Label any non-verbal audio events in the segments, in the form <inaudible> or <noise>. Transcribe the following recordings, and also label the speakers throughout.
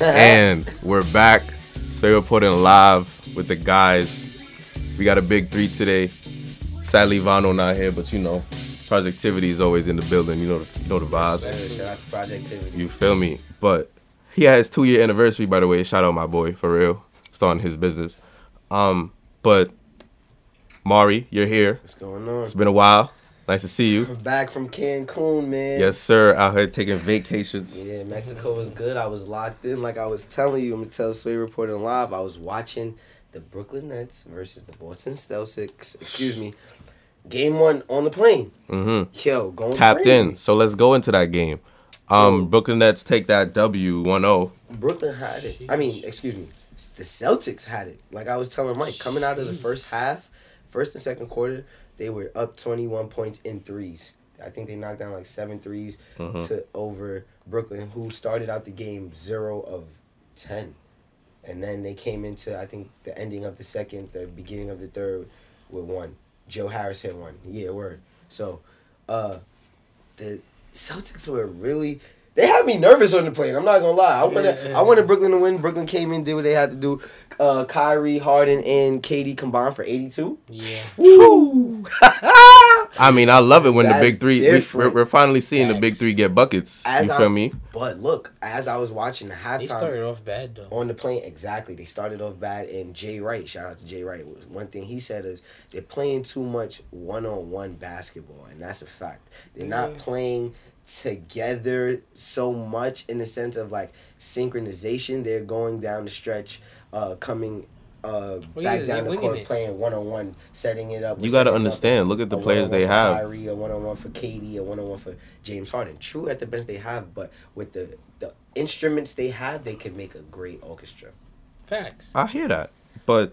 Speaker 1: and we're back. So we're putting live with the guys. We got a big three today. Sadly, Vano not here, but you know, productivity is always in the building. You know, the, you know the vibes.
Speaker 2: Shout out to Projectivity.
Speaker 1: You feel me? But he had his two year anniversary, by the way. Shout out my boy for real, starting his business. Um, but Mari, you're here.
Speaker 2: What's going on?
Speaker 1: It's been a while. Nice to see you.
Speaker 2: I'm back from Cancun, man.
Speaker 1: Yes, sir. Out here taking vacations.
Speaker 2: Yeah, Mexico was good. I was locked in, like I was telling you. I'm gonna tell Sway reporting live. I was watching the Brooklyn Nets versus the Boston Celtics. Excuse me. Game one on the plane.
Speaker 1: Mm-hmm.
Speaker 2: Yo, going
Speaker 1: Tapped
Speaker 2: crazy.
Speaker 1: in. So let's go into that game. Um, Brooklyn Nets take that W oh. 1 0.
Speaker 2: Brooklyn had it. I mean, excuse me. The Celtics had it. Like I was telling Mike, coming out of the first half, first and second quarter, they were up 21 points in threes. I think they knocked down like seven threes to over Brooklyn, who started out the game zero of 10. And then they came into, I think, the ending of the second, the beginning of the third with one. Joe Harris hit one. Yeah, word. So, uh, the Celtics were really they had me nervous on the plane. I'm not gonna lie. I wanted I wanted Brooklyn to win. Brooklyn came in, did what they had to do. Uh, Kyrie, Harden, and Katie combined for 82.
Speaker 3: Yeah.
Speaker 2: Woo!
Speaker 1: I mean, I love it when
Speaker 2: That's
Speaker 1: the big three. We,
Speaker 2: different.
Speaker 1: we're, we're finally seeing the big
Speaker 3: Facts.
Speaker 1: three get buckets.
Speaker 2: <laughs> As
Speaker 1: you
Speaker 2: I-
Speaker 1: feel me?
Speaker 2: But look, as I was watching the
Speaker 3: They
Speaker 2: halftime
Speaker 3: started off bad
Speaker 1: Oh.
Speaker 3: though.
Speaker 2: on the plane, exactly they started off bad. And Jay Wright, shout out to Jay Wright. One thing he said is they're playing too much one on one basketball, and that's a fact. They're not
Speaker 3: Yeah.
Speaker 2: playing together so much in the sense of like synchronization. They're going down the stretch, uh, coming uh,
Speaker 3: Well, yeah,
Speaker 2: back
Speaker 3: they're
Speaker 2: down the
Speaker 3: winging
Speaker 2: court,
Speaker 3: it.
Speaker 2: playing one on one, setting it up.
Speaker 1: You
Speaker 2: with
Speaker 1: got to
Speaker 2: setting up
Speaker 1: understand. Look at the
Speaker 2: a
Speaker 1: players they
Speaker 2: one-on-one for
Speaker 1: have.
Speaker 2: Kyrie, a one on one for Katie, a one on one for James Harden. True at the best they have, but with the, the instruments they have, they could make a great orchestra.
Speaker 3: Facts.
Speaker 1: I hear that. But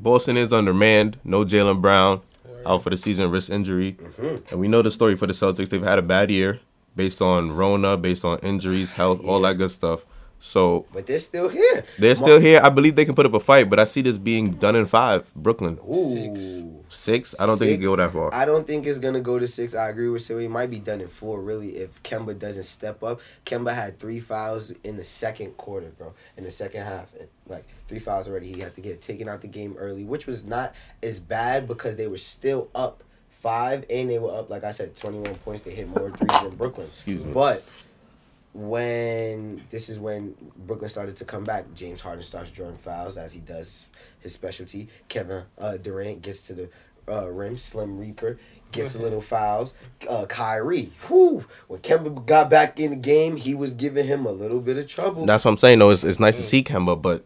Speaker 1: Boston is undermanned. No Jalen Brown.
Speaker 3: Word.
Speaker 1: Out for the season, wrist injury.
Speaker 2: Mm-hmm.
Speaker 1: And we know the story for the Celtics. They've had a bad year based on Rona, based on injuries, health, all
Speaker 2: Yeah.
Speaker 1: that good stuff. So
Speaker 2: But they're still here.
Speaker 1: they're still here. I believe they can put up a fight, but I see this being done in five. Brooklyn.
Speaker 2: Ooh.
Speaker 3: Six.
Speaker 1: Six? I don't think it
Speaker 2: Six?
Speaker 1: can go that far.
Speaker 2: I don't think it's gonna go to six. I agree with Siri. It might be done in four, really, if Kemba doesn't step up. Kemba had three fouls in the second quarter, bro. In the second half, and, like three fouls already. He had to get taken out the game early, which was not as bad because they were still up five and they were up, like I said, twenty one points. They hit more threes than Brooklyn.
Speaker 1: Excuse me.
Speaker 2: But when this is when Brooklyn started to come back, James Harden starts drawing fouls as he does his specialty. Kevin uh, Durant gets to the uh, rim, Slim Reaper gets a little fouls. Uh, Kyrie, whew, when Kemba got back in the game, he was giving him a little bit of trouble.
Speaker 1: That's what I'm saying, though. It's, it's nice to see Kemba, but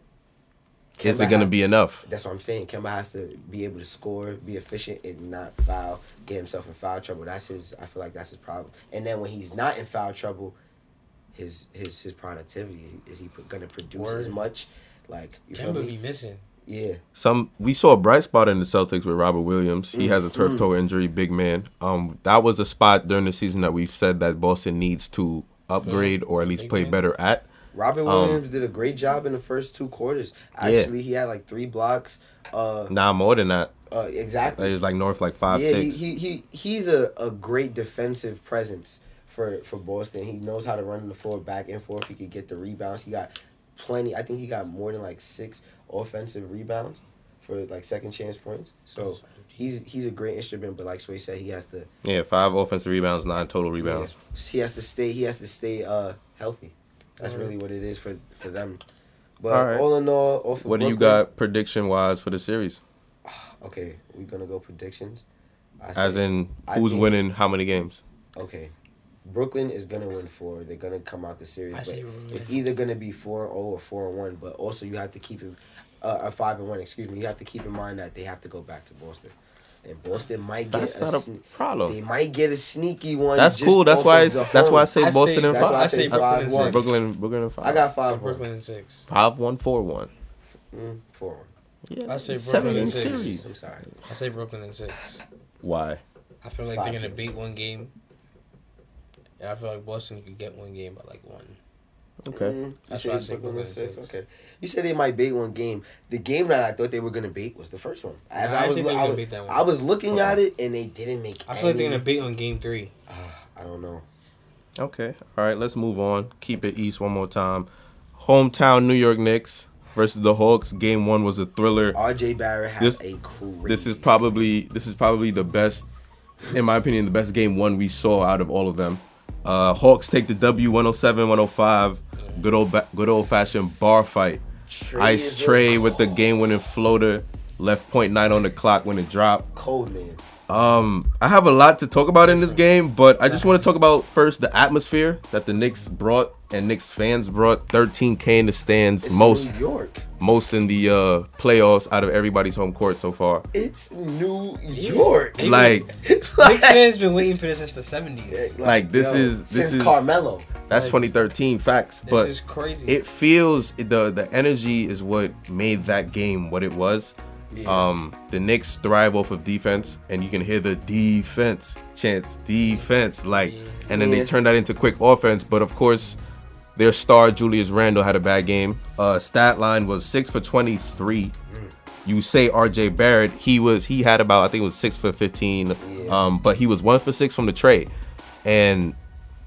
Speaker 1: is
Speaker 2: Kemba
Speaker 1: it going to
Speaker 2: had-
Speaker 1: be enough?
Speaker 2: That's what I'm saying. Kemba has to be able to score, be efficient, and not foul, get himself in foul trouble. That's his. I feel like that's his problem. And then when he's not in foul trouble, his his his productivity is he pro- gonna produce as
Speaker 3: Word.
Speaker 2: much? Like you feel
Speaker 3: Kemba
Speaker 2: me?
Speaker 3: be missing.
Speaker 2: Yeah,
Speaker 1: Some we saw a bright spot in the Celtics with Robert Williams. He has a
Speaker 2: Mm-hmm.
Speaker 1: turf toe injury, big man. Um, that was a spot during the season that we've said that Boston needs to upgrade or at least
Speaker 3: Big
Speaker 1: play
Speaker 3: man.
Speaker 1: better at.
Speaker 2: Robert
Speaker 1: Um,
Speaker 2: Williams did a great job in the first two quarters.
Speaker 1: Yeah.
Speaker 2: Actually, he had like three blocks. Uh,
Speaker 1: Nah, more than that.
Speaker 2: uh exactly.
Speaker 1: It was like north, like five,
Speaker 2: yeah, he,
Speaker 1: six.
Speaker 2: he, he he's a, a great defensive presence for, for Boston. He knows how to run the floor back and forth. He could get the rebounds. He got plenty. I think he got more than like six offensive rebounds for like second chance points.
Speaker 1: Oh.
Speaker 2: So he's he's a great instrument. But like Sway said, he has to
Speaker 1: yeah, five offensive rebounds, nine total rebounds.
Speaker 2: he has to stay he has to stay uh healthy. That's
Speaker 3: Alright.
Speaker 2: really what it is for for them. But all,
Speaker 1: Alright.
Speaker 2: in all, off of
Speaker 1: What do you
Speaker 2: Brooklyn-
Speaker 1: got prediction wise for the series?
Speaker 2: Okay, we're gonna go predictions. I
Speaker 1: As
Speaker 2: say-
Speaker 1: in,
Speaker 2: I
Speaker 1: who's
Speaker 2: think-
Speaker 1: winning how many games?
Speaker 2: Okay. Brooklyn is gonna win four. They're gonna come out the series,
Speaker 3: I
Speaker 2: but
Speaker 3: see what you
Speaker 2: it's
Speaker 3: mean.
Speaker 2: either gonna be four and oh or four and one. But also, you have to keep in uh, a five and one. Excuse me. You have to keep in mind that they have to go back to Boston, and Boston might get
Speaker 1: That's
Speaker 2: a,
Speaker 1: not a
Speaker 2: sne-
Speaker 1: problem.
Speaker 2: They might get a sneaky one.
Speaker 1: That's
Speaker 2: just
Speaker 1: cool. That's
Speaker 2: off
Speaker 1: why.
Speaker 2: of
Speaker 1: It's,
Speaker 2: the
Speaker 1: that's why I
Speaker 2: home.
Speaker 1: say
Speaker 3: I say-
Speaker 1: Boston and
Speaker 2: that's why
Speaker 1: five.
Speaker 2: I say
Speaker 1: I-
Speaker 2: five ones.
Speaker 1: Brooklyn, Brooklyn and five.
Speaker 2: I got
Speaker 3: So
Speaker 2: five. one.
Speaker 3: Brooklyn in six.
Speaker 1: five one four one.
Speaker 2: Mm, four. one.
Speaker 1: Yeah,
Speaker 3: I say
Speaker 1: seven
Speaker 3: Brooklyn
Speaker 1: in
Speaker 3: six.
Speaker 2: I'm
Speaker 1: series.
Speaker 2: sorry.
Speaker 3: I say Brooklyn in six.
Speaker 1: Why?
Speaker 3: I feel like
Speaker 2: Five
Speaker 3: they're gonna
Speaker 2: games.
Speaker 3: beat one game. And I feel like Boston could get one game by like one.
Speaker 1: Okay.
Speaker 2: Mm, you
Speaker 3: That's
Speaker 2: say
Speaker 3: why I say
Speaker 2: Brooklyn
Speaker 3: Brooklyn
Speaker 2: is six.
Speaker 3: six.
Speaker 2: Okay. You said they might bait one game. The game that I thought they were gonna bait was the first one. As
Speaker 3: Nah,
Speaker 2: I,
Speaker 3: I
Speaker 2: was,
Speaker 3: think
Speaker 2: lo-
Speaker 3: they're
Speaker 2: I
Speaker 3: gonna
Speaker 2: was,
Speaker 3: beat that one.
Speaker 2: I was looking
Speaker 1: Uh-uh.
Speaker 2: at it and they didn't make.
Speaker 3: I feel like they're
Speaker 2: any-
Speaker 3: gonna beat on game three.
Speaker 2: Ah, I don't know.
Speaker 1: Mm-hmm. Okay. All right. Let's move on. Keep it east one more time. hometown New York Knicks versus the Hawks. Game one was a thriller.
Speaker 2: RJ Barrett has
Speaker 1: This-
Speaker 2: a crazy.
Speaker 1: This is probably this is probably the best, in my opinion, the best game one we saw out of all of them. Uh, Hawks take the W 107 105. Good old ba- good old fashioned bar fight.
Speaker 2: Trey is
Speaker 1: Ice
Speaker 2: a
Speaker 1: Tray with the game winning floater. Left point nine on the clock when it dropped.
Speaker 2: cold man.
Speaker 1: Um, I have a lot to talk about in this game, but I just want to talk about first the atmosphere that the Knicks brought and Knicks fans brought. 13k in the stands,
Speaker 2: It's
Speaker 1: most
Speaker 2: New York.
Speaker 1: most in the uh playoffs out of everybody's home court so far.
Speaker 2: It's New York. <laughs>
Speaker 1: Like <laughs>
Speaker 3: Knicks fans been waiting for this since the seventies.
Speaker 1: like, this is- this
Speaker 2: since
Speaker 1: is-
Speaker 2: Carmelo.
Speaker 1: that's
Speaker 3: Like,
Speaker 1: 2013 facts,
Speaker 3: This
Speaker 1: but
Speaker 3: is crazy.
Speaker 1: it feels the the energy is what made that game what it was. Um, the Knicks thrive off of defense, and you can hear the defense chants, defense, like, and then
Speaker 2: Yeah.
Speaker 1: they turn that into quick offense. But of course, their star Julius Randle had a bad game. Uh, stat line was six for twenty three.
Speaker 2: Mm.
Speaker 1: You say R.J. Barrett, he was he had about I think it was six for fifteen,
Speaker 2: Yeah.
Speaker 1: um, but he was one for six from the trade, and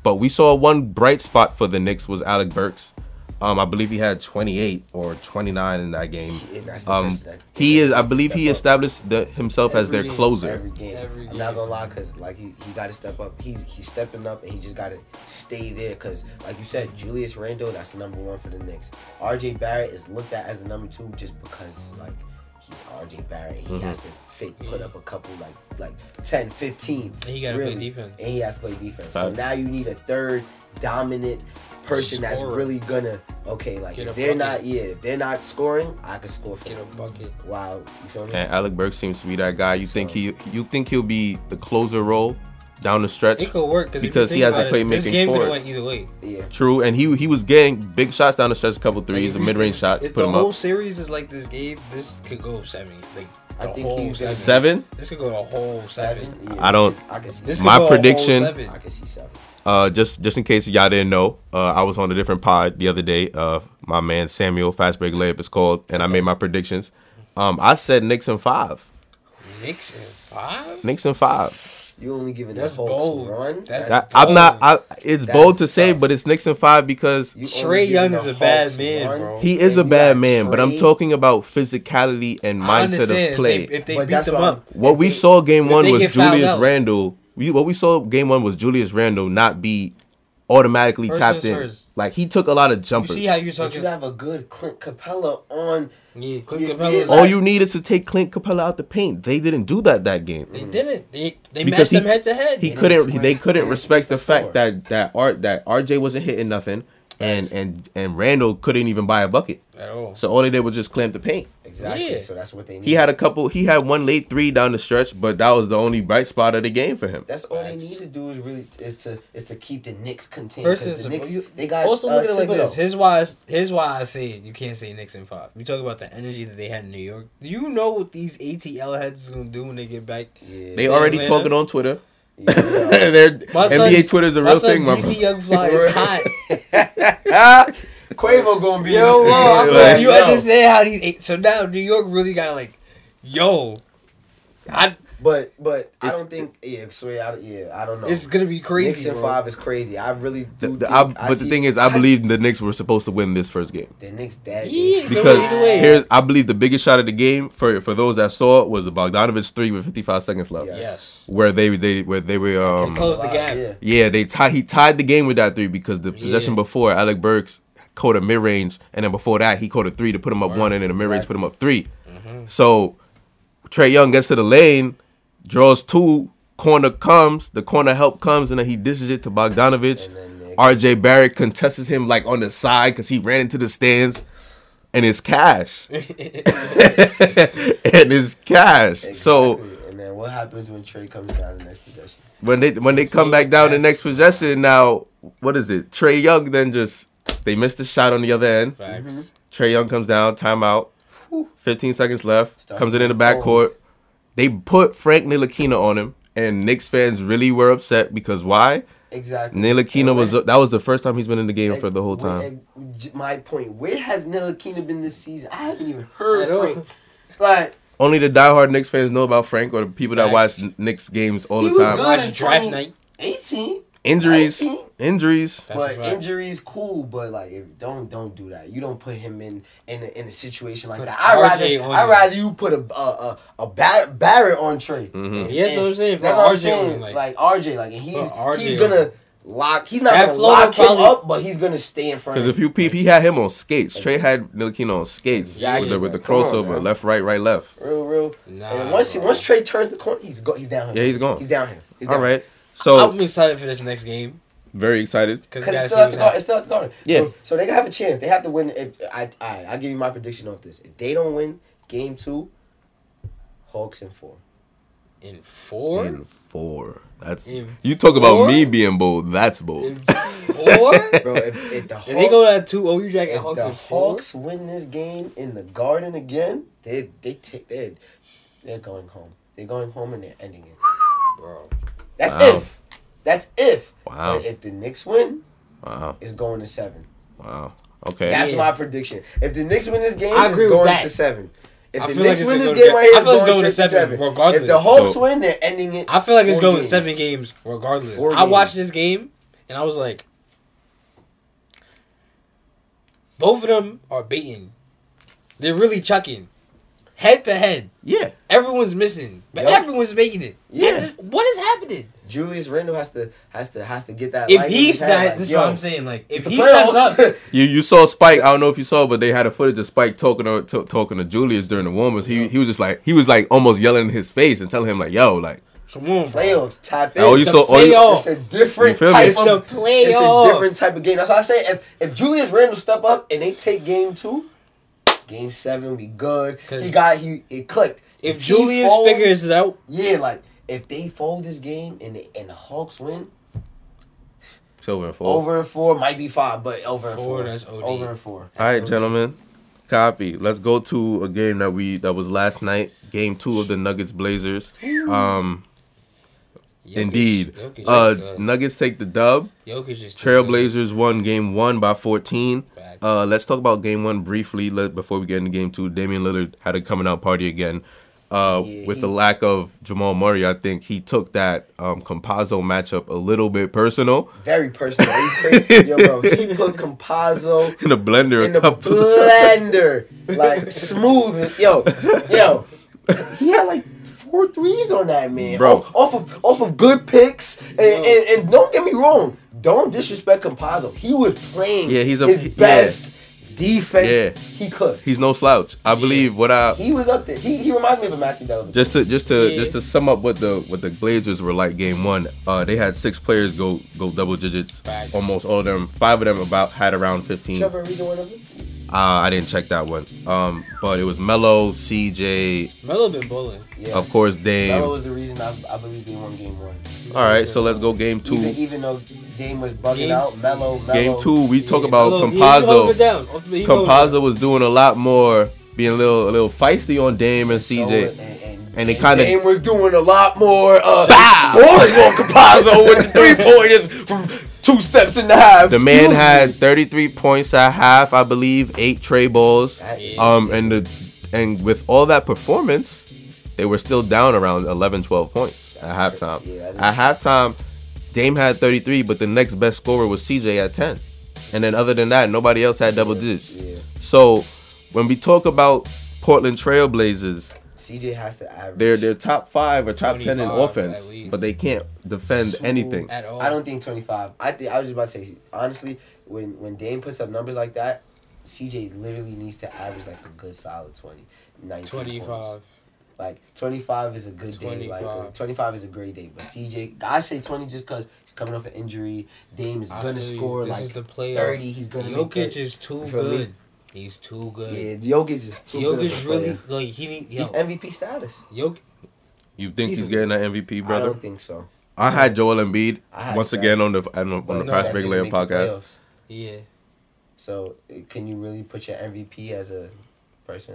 Speaker 1: but we saw one bright spot for the Knicks was Alec Burks. Um, I believe he had 28 or 29 in that game.
Speaker 2: Yeah, that's the
Speaker 1: Um,
Speaker 2: best that-
Speaker 1: he is, I believe, he
Speaker 2: Step up.
Speaker 1: established the, himself as their
Speaker 3: Every-
Speaker 1: closer.
Speaker 2: Every game.
Speaker 3: Every
Speaker 2: I'm not
Speaker 3: game.
Speaker 2: gonna lie, cause like he, he got to step up. He's he's stepping up, and he just gotta stay there, cause like you said, Julius Randle, that's the number one for the Knicks. R.J. Barrett is looked at as the number two just because like he's R.J. Barrett, and he
Speaker 1: Mm-hmm.
Speaker 2: has to fit, put up a couple like like 10, 15.
Speaker 3: And he gotta play defense.
Speaker 2: and he has to play defense. So
Speaker 1: Facts.
Speaker 2: now you need a third dominant person that's
Speaker 3: Scorer.
Speaker 2: really gonna okay like
Speaker 3: Get
Speaker 2: if
Speaker 3: a
Speaker 2: they're
Speaker 3: bucket.
Speaker 2: not yeah if they're not scoring I can score for
Speaker 3: Get a
Speaker 2: them.
Speaker 3: bucket.
Speaker 2: Wow, you feel me?
Speaker 1: And Alec Burks seems to be that guy. You think
Speaker 2: So-
Speaker 1: he, you think he'll be the closer role down the stretch?
Speaker 3: It could work cause if you
Speaker 1: Because he
Speaker 3: think
Speaker 1: has a
Speaker 3: about it, This
Speaker 1: playmaking
Speaker 3: game could
Speaker 1: forward.
Speaker 3: have went either way.
Speaker 2: Yeah.
Speaker 1: True, and he he was getting big shots down the stretch, a couple
Speaker 3: Like,
Speaker 1: threes,
Speaker 3: if
Speaker 1: a
Speaker 3: you
Speaker 1: mid range
Speaker 3: think-
Speaker 1: shot,
Speaker 3: If
Speaker 1: put
Speaker 3: the
Speaker 1: him
Speaker 3: whole
Speaker 1: up.
Speaker 3: series is like this game, this could go seven. Like
Speaker 2: I
Speaker 3: the
Speaker 2: think
Speaker 3: whole
Speaker 2: he's-
Speaker 3: seven.
Speaker 1: Seven.
Speaker 3: This could go the whole seven.
Speaker 2: Seven. Yeah,
Speaker 1: I don't-
Speaker 2: I can see.
Speaker 3: This
Speaker 2: This
Speaker 3: could
Speaker 1: My
Speaker 3: go a whole
Speaker 1: prediction-
Speaker 3: seven.
Speaker 2: I can see seven.
Speaker 1: Uh, just just in case y'all didn't know, uh, I was on a different pod the other day. Uh, my man Samuel Fast Break Layup is called, and I made my predictions. Um, I said Knicks in five.
Speaker 3: Knicks and five.
Speaker 1: Knicks in five.
Speaker 2: You only giving
Speaker 3: That's
Speaker 2: that whole
Speaker 3: bold.
Speaker 2: run.
Speaker 3: That's-
Speaker 1: I, I'm not. I, it's
Speaker 2: That
Speaker 1: bold
Speaker 2: is
Speaker 1: to say,
Speaker 2: tough.
Speaker 1: but it's Knicks in five because
Speaker 2: you only
Speaker 3: Trey
Speaker 2: giving
Speaker 3: Young
Speaker 2: the
Speaker 3: is a bad
Speaker 2: Hawks
Speaker 3: man,
Speaker 2: run,
Speaker 3: bro.
Speaker 1: he is a
Speaker 2: and you
Speaker 1: bad
Speaker 2: got
Speaker 1: man. But I'm
Speaker 2: Trey-
Speaker 1: talking about physicality and
Speaker 3: I
Speaker 1: mindset
Speaker 3: understand
Speaker 1: of
Speaker 3: if
Speaker 1: play.
Speaker 3: they, if they
Speaker 2: But
Speaker 3: beat
Speaker 2: that's
Speaker 3: them
Speaker 2: what I'm-
Speaker 3: up.
Speaker 1: what we
Speaker 2: if they-
Speaker 1: saw game
Speaker 3: if
Speaker 1: one
Speaker 3: they
Speaker 1: was
Speaker 3: get fouled
Speaker 1: Julius
Speaker 3: out.
Speaker 1: Randle. We, what we saw game one was Julius Randle not be automatically
Speaker 3: First
Speaker 1: tapped
Speaker 3: is
Speaker 1: in.
Speaker 3: first.
Speaker 1: Like he took a lot of
Speaker 3: You
Speaker 1: jumpers.
Speaker 3: see how you're
Speaker 2: But
Speaker 3: talking.
Speaker 2: you have a good Clint Capella on.
Speaker 3: yeah,
Speaker 2: Yeah,
Speaker 3: Clint
Speaker 2: yeah,
Speaker 3: Capella.
Speaker 1: All Oh, you need is to take Clint Capella out the paint. They didn't do that that game.
Speaker 3: They didn't. They they
Speaker 1: Because
Speaker 3: matched
Speaker 1: he-
Speaker 3: them head to head.
Speaker 1: He
Speaker 2: didn't
Speaker 1: couldn't.
Speaker 2: switch.
Speaker 1: They
Speaker 2: They
Speaker 1: couldn't
Speaker 2: didn't
Speaker 1: respect the
Speaker 2: switch the
Speaker 1: fact
Speaker 2: floor.
Speaker 1: that that art that RJ wasn't hitting nothing, and and and Randall couldn't even buy a bucket.
Speaker 3: at all.
Speaker 1: So all they did was just clamp the paint.
Speaker 2: Exactly.
Speaker 3: Yeah.
Speaker 2: So that's what they need.
Speaker 1: He had a couple. He had one late three down the stretch, but that was the only bright spot of the game for him.
Speaker 2: That's all they
Speaker 3: Facts.
Speaker 2: need to do is really is to is to keep the Knicks contained. 'cause
Speaker 3: First is
Speaker 2: the Knicks,
Speaker 3: you-
Speaker 2: they got
Speaker 3: also
Speaker 2: uh,
Speaker 3: look at it like
Speaker 2: Thibodeau.
Speaker 3: this. Here's why. it's- Here's why I say it. You can't say Knicks in five. We talk about the energy that they had in New York. Do you know what these ATL heads is gonna do when they get back?
Speaker 2: Yeah.
Speaker 1: They already
Speaker 3: Atlanta.
Speaker 1: talking on Twitter. <laughs>
Speaker 2: Yeah.
Speaker 1: Their
Speaker 3: My son-
Speaker 1: NBA Twitter is a
Speaker 3: My
Speaker 1: real
Speaker 3: son,
Speaker 1: thing, my
Speaker 3: DC
Speaker 1: bro.
Speaker 3: Young Fly
Speaker 2: <laughs>
Speaker 3: is hot. <laughs>
Speaker 2: Quavo gonna be. in
Speaker 3: Yo,
Speaker 2: this thing.
Speaker 3: bro, I'm
Speaker 1: Like,
Speaker 3: like, you
Speaker 1: yo.
Speaker 3: understand how these eight? So now New York really got to like, yo, I
Speaker 2: But but I
Speaker 1: It's-
Speaker 2: don't think yeah. So yeah, I, yeah, I don't know.
Speaker 3: it's gonna be
Speaker 2: Knicks
Speaker 3: crazy.
Speaker 2: and
Speaker 3: bro.
Speaker 2: five is crazy. I really
Speaker 1: <laughs> The-
Speaker 2: do.
Speaker 1: the-
Speaker 2: think-
Speaker 1: I-
Speaker 2: I
Speaker 1: but the
Speaker 2: see-
Speaker 1: thing is, I believe the Knicks were supposed to win this first game
Speaker 2: the Knicks that
Speaker 3: Yeah,
Speaker 2: big.
Speaker 1: because
Speaker 3: either way.
Speaker 1: here's I believe the biggest shot of the game for for those that saw it was the Bogdanovich three with 55 seconds left,
Speaker 2: Yeah.
Speaker 3: yes,
Speaker 1: where they they where they were um,
Speaker 3: close the
Speaker 2: Wow,
Speaker 3: gap.
Speaker 2: yeah.
Speaker 1: Yeah, they tie. He tied the game with that three because the possession
Speaker 3: Yeah.
Speaker 1: before Alec Burks caught a mid range, and then before that he caught a three to put him up one, and then a mid range put him up 3
Speaker 2: Mm-hmm.
Speaker 1: So Trey Young gets to the lane, draws two, corner comes, the corner help comes, and then he dishes it to Bogdanovich.
Speaker 2: And then they-
Speaker 1: R.J. Barrett contests him like on the side because he ran into the stands, and it's
Speaker 2: <laughs>
Speaker 1: cash, <laughs> and it's cash. So
Speaker 2: Exactly. and then what happens when Trey comes down the next possession?
Speaker 1: when they when they come back down the next possession, now what is it? Trey Young then just they missed the shot on the other end.
Speaker 3: Facts.
Speaker 2: Mm-hmm.
Speaker 1: Trey Young comes down, timeout,
Speaker 2: Whew.
Speaker 1: 15 seconds left,
Speaker 2: Starts
Speaker 1: comes in in the
Speaker 2: getting cold.
Speaker 1: backcourt. They put Frank Nilakina on him, and Knicks fans really were upset because why?
Speaker 2: Exactly.
Speaker 1: Nilakina
Speaker 2: And
Speaker 1: was
Speaker 2: where-
Speaker 1: that was the first time he's been in the game for the whole
Speaker 2: where-
Speaker 1: time.
Speaker 2: and j- my point. Where has Nilakina been this season? I haven't even heard
Speaker 3: At all.
Speaker 2: Frank. Like
Speaker 1: Only the diehard Knicks fans know about Frank, or the people that
Speaker 3: Facts.
Speaker 1: watch Knicks games all
Speaker 2: he
Speaker 1: the
Speaker 2: was
Speaker 1: time.
Speaker 2: good in
Speaker 3: Watch draft
Speaker 2: 20
Speaker 3: night.
Speaker 2: 18.
Speaker 1: Injuries, injuries.
Speaker 3: That's
Speaker 2: but
Speaker 3: a fact.
Speaker 2: injuries, cool. But like, if, don't don't do that. You don't put him in in a, in a situation like
Speaker 3: Put
Speaker 2: that. I
Speaker 3: RJ
Speaker 2: rather
Speaker 3: on
Speaker 2: I
Speaker 3: him.
Speaker 2: rather you put a a a, a Bar- Barrett on Trey.
Speaker 1: Mhm.
Speaker 3: Yeah, that's what I'm saying.
Speaker 2: That's
Speaker 3: Put
Speaker 2: what I'm
Speaker 3: RJ on
Speaker 2: saying.
Speaker 3: him,
Speaker 2: Like,
Speaker 3: like-
Speaker 2: RJ, like, and he's
Speaker 3: Put RJ
Speaker 2: he's
Speaker 3: on
Speaker 2: gonna
Speaker 3: him.
Speaker 2: lock. He's not
Speaker 3: That
Speaker 2: gonna
Speaker 3: flow
Speaker 2: lock him
Speaker 3: probably-
Speaker 2: up, but he's gonna stay in front.
Speaker 1: Because
Speaker 2: of
Speaker 1: if you peep, he had him on skates. Trey had Nilakina on skates
Speaker 3: Yeah, I
Speaker 1: with
Speaker 3: get
Speaker 1: the with the
Speaker 2: that. Come on,
Speaker 1: crossover,
Speaker 2: man.
Speaker 1: left, right, right, left.
Speaker 2: real real.
Speaker 3: Nah,
Speaker 2: and once he,
Speaker 3: bro.
Speaker 2: once Trey turns the corner, he's go, he's down here.
Speaker 1: Yeah, he's gone.
Speaker 2: He's down here. He's
Speaker 1: All
Speaker 2: down
Speaker 1: right,
Speaker 3: I'm
Speaker 1: so
Speaker 3: excited for this next game
Speaker 1: very excited.
Speaker 3: because
Speaker 2: Because it's still at the garden. It's still at the garden.
Speaker 1: Yeah.
Speaker 2: So, so they have a chance. They have to win. If I, I, I'll give you my prediction of this. If they don't win game two, Hawks in
Speaker 3: <laughs>
Speaker 2: four.
Speaker 3: in four.
Speaker 1: In four. That's
Speaker 3: In
Speaker 1: you talk about
Speaker 3: four?
Speaker 1: me being bold. That's bold. <laughs>
Speaker 3: In four? if
Speaker 2: Bro, if, if the Hawks,
Speaker 3: they go at two OU Jack and
Speaker 2: if
Speaker 3: Hawks
Speaker 2: the
Speaker 3: in four,
Speaker 2: Hawks win this game in the garden again, they they take they they're going home. They're going home and they're ending it.
Speaker 3: bro.
Speaker 2: That's
Speaker 1: Wow.
Speaker 2: if. That's if.
Speaker 1: Wow.
Speaker 2: But if the Knicks win,
Speaker 1: Wow.
Speaker 2: it's going to seven.
Speaker 1: Wow. Okay.
Speaker 2: That's
Speaker 3: Yeah.
Speaker 2: my prediction. If the Knicks win this game,
Speaker 3: I
Speaker 2: it's
Speaker 3: agree with
Speaker 2: going
Speaker 3: that.
Speaker 2: to seven. If
Speaker 3: I
Speaker 2: the
Speaker 3: feel like
Speaker 2: Knicks
Speaker 3: it's
Speaker 2: win this
Speaker 3: gonna
Speaker 2: game
Speaker 3: go-
Speaker 2: right here,
Speaker 3: I
Speaker 2: it's
Speaker 3: feel
Speaker 2: going,
Speaker 3: like it's going
Speaker 2: straight to seven. Regardless. If the
Speaker 3: regardless.
Speaker 2: Hawks
Speaker 1: So-
Speaker 2: win, they're ending it.
Speaker 3: I feel like it's
Speaker 2: four
Speaker 3: going
Speaker 2: games.
Speaker 3: seven games regardless.
Speaker 2: Four
Speaker 3: I watched
Speaker 2: games.
Speaker 3: this game and I was like, both of them are beating. They're really chucking, head to head.
Speaker 1: yeah.
Speaker 3: Everyone's missing, but
Speaker 2: Yup.
Speaker 3: everyone's making it.
Speaker 2: Yeah.
Speaker 3: What is- what is happening?
Speaker 2: Julius Randle has to has to has to get that.
Speaker 3: If
Speaker 2: light in
Speaker 3: he's
Speaker 2: his head,
Speaker 3: not,
Speaker 2: like,
Speaker 3: this is
Speaker 2: yo,
Speaker 3: what I'm saying. Like, if
Speaker 2: it's the
Speaker 3: he steps
Speaker 2: playoffs.
Speaker 3: <laughs> up,
Speaker 1: You you saw Spike. I don't know if you saw, but they had a footage of Spike talking to to- talking to Julius during the warm ups. He he was just like he was like almost yelling in his face and telling him like, "Yo, like
Speaker 3: come on,
Speaker 2: <laughs>
Speaker 3: bro.
Speaker 2: playoffs type.
Speaker 1: Oh,
Speaker 2: in.
Speaker 1: you
Speaker 3: the
Speaker 1: saw all you-
Speaker 2: It's
Speaker 3: playoff.
Speaker 2: a different
Speaker 1: You feel me?
Speaker 2: type
Speaker 1: It's
Speaker 2: of
Speaker 3: the
Speaker 2: It's a
Speaker 3: playoff.
Speaker 2: different type of game. That's why I say if if Julius Randle step up and they take game two, game seven we good.
Speaker 3: 'Cause
Speaker 2: He got he it clicked.
Speaker 3: If
Speaker 2: he
Speaker 3: Julius
Speaker 2: folds-
Speaker 3: figures it out,
Speaker 2: yeah, like if they fold this game and the, and the Hawks win,
Speaker 1: it's over in four.
Speaker 2: over and four might be five, but over and
Speaker 3: Four,
Speaker 2: four,
Speaker 3: that's OD.
Speaker 2: over and four.
Speaker 1: All right, gentlemen. Copy. Let's go to a game that we that was last night. Game two of the Nuggets Blazers. Um,
Speaker 3: Jokic-
Speaker 1: indeed,
Speaker 3: Jokic
Speaker 1: uh,
Speaker 3: is good.
Speaker 1: Nuggets take the dub.
Speaker 3: Jokic is too good.
Speaker 1: Trailblazers won game one by 14. Uh, let's talk about game one briefly let, before we get into game two. Damian Lillard had a coming out party again. Uh,
Speaker 2: Yeah.
Speaker 1: With the lack of Jamal Murray, I think he took that um, Compazzo matchup a little bit personal <laughs>
Speaker 2: Very personal. Are you crazy? Yo, bro, he put Compazzo
Speaker 1: in a blender. a
Speaker 2: in the
Speaker 1: couple.
Speaker 2: blender,
Speaker 1: <laughs>
Speaker 2: like smooth. Yo, yo, he had like four threes on that man,
Speaker 1: Bro.
Speaker 2: Off, off of off of good picks, and, and, and don't get me wrong, don't disrespect Compazzo. He was playing.
Speaker 1: Yeah, he's a-
Speaker 2: his
Speaker 1: yeah.
Speaker 2: best defense
Speaker 1: Yeah.
Speaker 2: he could.
Speaker 1: <laughs> He's no slouch. I believe what I
Speaker 2: He was up there. He, he reminded me of a Matthew Dellavedova.
Speaker 1: just to just to
Speaker 3: Yeah.
Speaker 1: just to sum up what the what the Blazers were like game one. Uh, they had six players go go double digits.
Speaker 3: Facts.
Speaker 1: Almost all of them. Five of them about had around fifteen.
Speaker 2: Trevor Ariza, one of them.
Speaker 1: Uh, I didn't check that one. Um, but it was Melo, CJ,
Speaker 3: Melo been bowling.
Speaker 2: Yeah.
Speaker 1: of course Dame.
Speaker 2: That
Speaker 1: All
Speaker 2: was the reason I, I believe they won game one.
Speaker 1: right, so let's go game
Speaker 2: Even,
Speaker 1: two.
Speaker 2: even though Dame was bugging
Speaker 3: Game
Speaker 2: out,
Speaker 3: two.
Speaker 2: Mello, Mello.
Speaker 1: Game two, we talk about
Speaker 3: Melo- he- he held it
Speaker 1: Compazzo.
Speaker 3: down. Ultimately, he held it down.
Speaker 1: Compazzo was doing a lot more, being a little a little feisty on Dame and CJ.
Speaker 2: and,
Speaker 1: And they kinda-
Speaker 2: Dame was doing a lot more uh,
Speaker 1: Bow.
Speaker 2: scoring on Capazzo with
Speaker 1: <laughs>
Speaker 2: the three pointers from two steps and a half.
Speaker 1: The man had 33 points at half, I believe, eight tray balls.
Speaker 2: That-
Speaker 1: Um, and the and with all that performance, they were still down around 11, 12 points at
Speaker 2: That's cra-
Speaker 1: halftime.
Speaker 2: yeah, that
Speaker 1: at halftime, Dame had 33, but the next best scorer was CJ at 10. And then other than that, nobody else had double digits.
Speaker 2: Yeah.
Speaker 1: So when we talk about Portland Trailblazers,
Speaker 2: CJ has to average.
Speaker 1: they're they're top five or top ten in
Speaker 3: 25
Speaker 1: offense,
Speaker 3: at least.
Speaker 1: but they can't defend
Speaker 2: So-
Speaker 1: anything.
Speaker 3: at all.
Speaker 2: I don't think twenty five. I think I was just about to say honestly, when when Dame puts up numbers like that, CJ literally needs to average like a good solid 20, 19 points.
Speaker 3: 25.
Speaker 2: Like twenty five is a good day. Like
Speaker 3: 25.
Speaker 2: twenty five is a great day. But CJ, I say twenty just because he's coming off an injury. Dame is
Speaker 3: I
Speaker 2: gonna
Speaker 3: feel you.
Speaker 2: score
Speaker 3: This
Speaker 2: like
Speaker 3: is the playoff.
Speaker 2: thirty. He's gonna make
Speaker 3: Jokic
Speaker 2: it.
Speaker 3: is too
Speaker 2: You feel me?
Speaker 3: good. He's too good.
Speaker 2: yeah. Jokic is too good of a
Speaker 3: Jokic really
Speaker 2: player.
Speaker 3: like he need yo,
Speaker 2: He's MVP status.
Speaker 3: Jokic
Speaker 1: You think
Speaker 3: He's
Speaker 1: he's
Speaker 3: a-
Speaker 1: getting that MVP,
Speaker 2: I
Speaker 1: brother?
Speaker 2: don't think so.
Speaker 1: I, had Joel Embiid
Speaker 2: I had
Speaker 1: once
Speaker 2: Steph.
Speaker 1: again on the on the,
Speaker 2: But
Speaker 1: on the
Speaker 2: no, that
Speaker 1: prospect
Speaker 2: didn't
Speaker 1: layer
Speaker 2: make the
Speaker 1: podcast.
Speaker 2: playoffs.
Speaker 3: yeah.
Speaker 2: So uh, can you really put your MVP as a person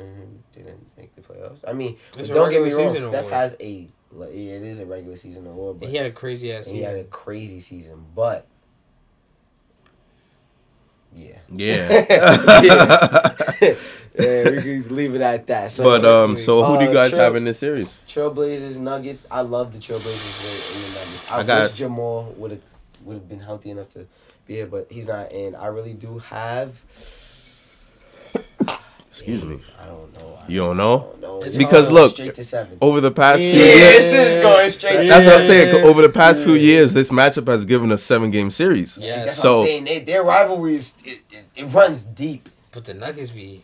Speaker 2: who didn't make the playoffs? I mean,
Speaker 3: It's a
Speaker 2: don't get me
Speaker 3: regular
Speaker 2: wrong.
Speaker 3: season
Speaker 2: Steph
Speaker 3: award.
Speaker 2: has a like, yeah, it is a regular season award, but
Speaker 3: He had a crazy ass
Speaker 2: and he had a
Speaker 3: season.
Speaker 2: crazy season, but.
Speaker 1: <laughs>
Speaker 2: Yeah. <laughs>
Speaker 1: Yeah.
Speaker 2: yeah. Yeah, we can just leave it at that. So,
Speaker 1: but um, so who do you
Speaker 2: Uh,
Speaker 1: guys
Speaker 2: Trey-
Speaker 1: have in this series?
Speaker 2: Trailblazers Nuggets. I love the Trailblazers and the Nuggets. I,
Speaker 1: I got-
Speaker 2: wish Jamal would have would have been healthy enough to be here, but he's not. And I really do have.
Speaker 1: Excuse me.
Speaker 2: I don't know. I
Speaker 1: You don't know?
Speaker 2: don't know.
Speaker 3: It's
Speaker 1: Because
Speaker 2: going
Speaker 1: look-
Speaker 2: straight to seven.
Speaker 1: Over the past few
Speaker 3: Yeah.
Speaker 1: years,
Speaker 2: This is going straight. to
Speaker 1: that's what I'm
Speaker 2: seven.
Speaker 1: saying.
Speaker 3: Yeah.
Speaker 1: Over the past few years, this matchup has given us seven game series.
Speaker 3: Yeah.
Speaker 2: That's what
Speaker 1: So-
Speaker 2: I'm saying. They, their rivalry is it, it, it runs deep.
Speaker 3: But the Nuggets be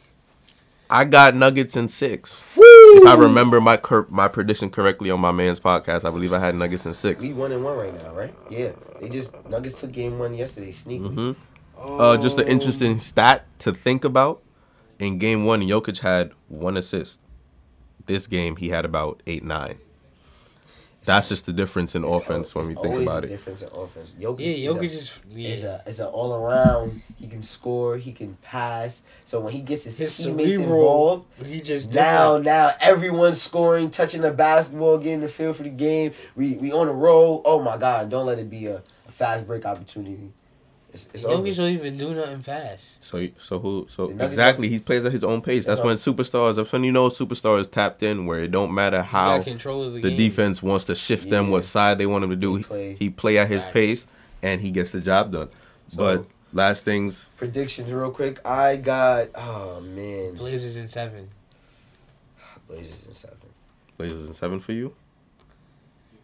Speaker 1: I got Nuggets in six. If I remember my cor- my prediction correctly on my man's podcast, I believe I had Nuggets in six.
Speaker 2: We one and one right now, right? Yeah. They just Nuggets took game one yesterday. Sneaky.
Speaker 1: hmm Uh, just an interesting stat to think about. In game one, Jokic had one assist. This game, he had about eight, nine. That's just the difference in offense when we
Speaker 2: It's
Speaker 1: think
Speaker 2: always
Speaker 1: about
Speaker 2: a
Speaker 1: it.
Speaker 2: difference in offense. Jokic
Speaker 3: Yeah,
Speaker 2: is a-
Speaker 3: Jokic is
Speaker 2: is
Speaker 3: yeah.
Speaker 2: a is an all around. He can score. He can pass. So when he gets his,
Speaker 3: His
Speaker 2: teammates
Speaker 3: cerebral-
Speaker 2: involved,
Speaker 3: He just
Speaker 2: now now everyone's scoring, touching the basketball, getting the feel for the game. We we on a roll. Oh my god! Don't let it be a, a fast break opportunity. It's, it's over.
Speaker 3: Jokic don't even do nothing fast.
Speaker 1: So, so who? So
Speaker 2: The Nuggets
Speaker 1: exactly, he plays at his own pace. That's
Speaker 2: That's
Speaker 1: when superstars. That's when you know superstars tapped in, where it don't matter
Speaker 3: He got
Speaker 1: how
Speaker 3: control of the,
Speaker 1: the
Speaker 3: game.
Speaker 1: defense wants to shift them,
Speaker 2: Yeah.
Speaker 1: what side they want him to do.
Speaker 2: He
Speaker 1: He play,
Speaker 2: play.
Speaker 1: at his
Speaker 3: Facts.
Speaker 1: pace, and he gets the job done. but
Speaker 2: So-
Speaker 1: last things,
Speaker 2: Predictions real quick. I got oh man,
Speaker 3: Blazers in seven.
Speaker 2: Blazers in seven.
Speaker 1: Blazers in seven for you.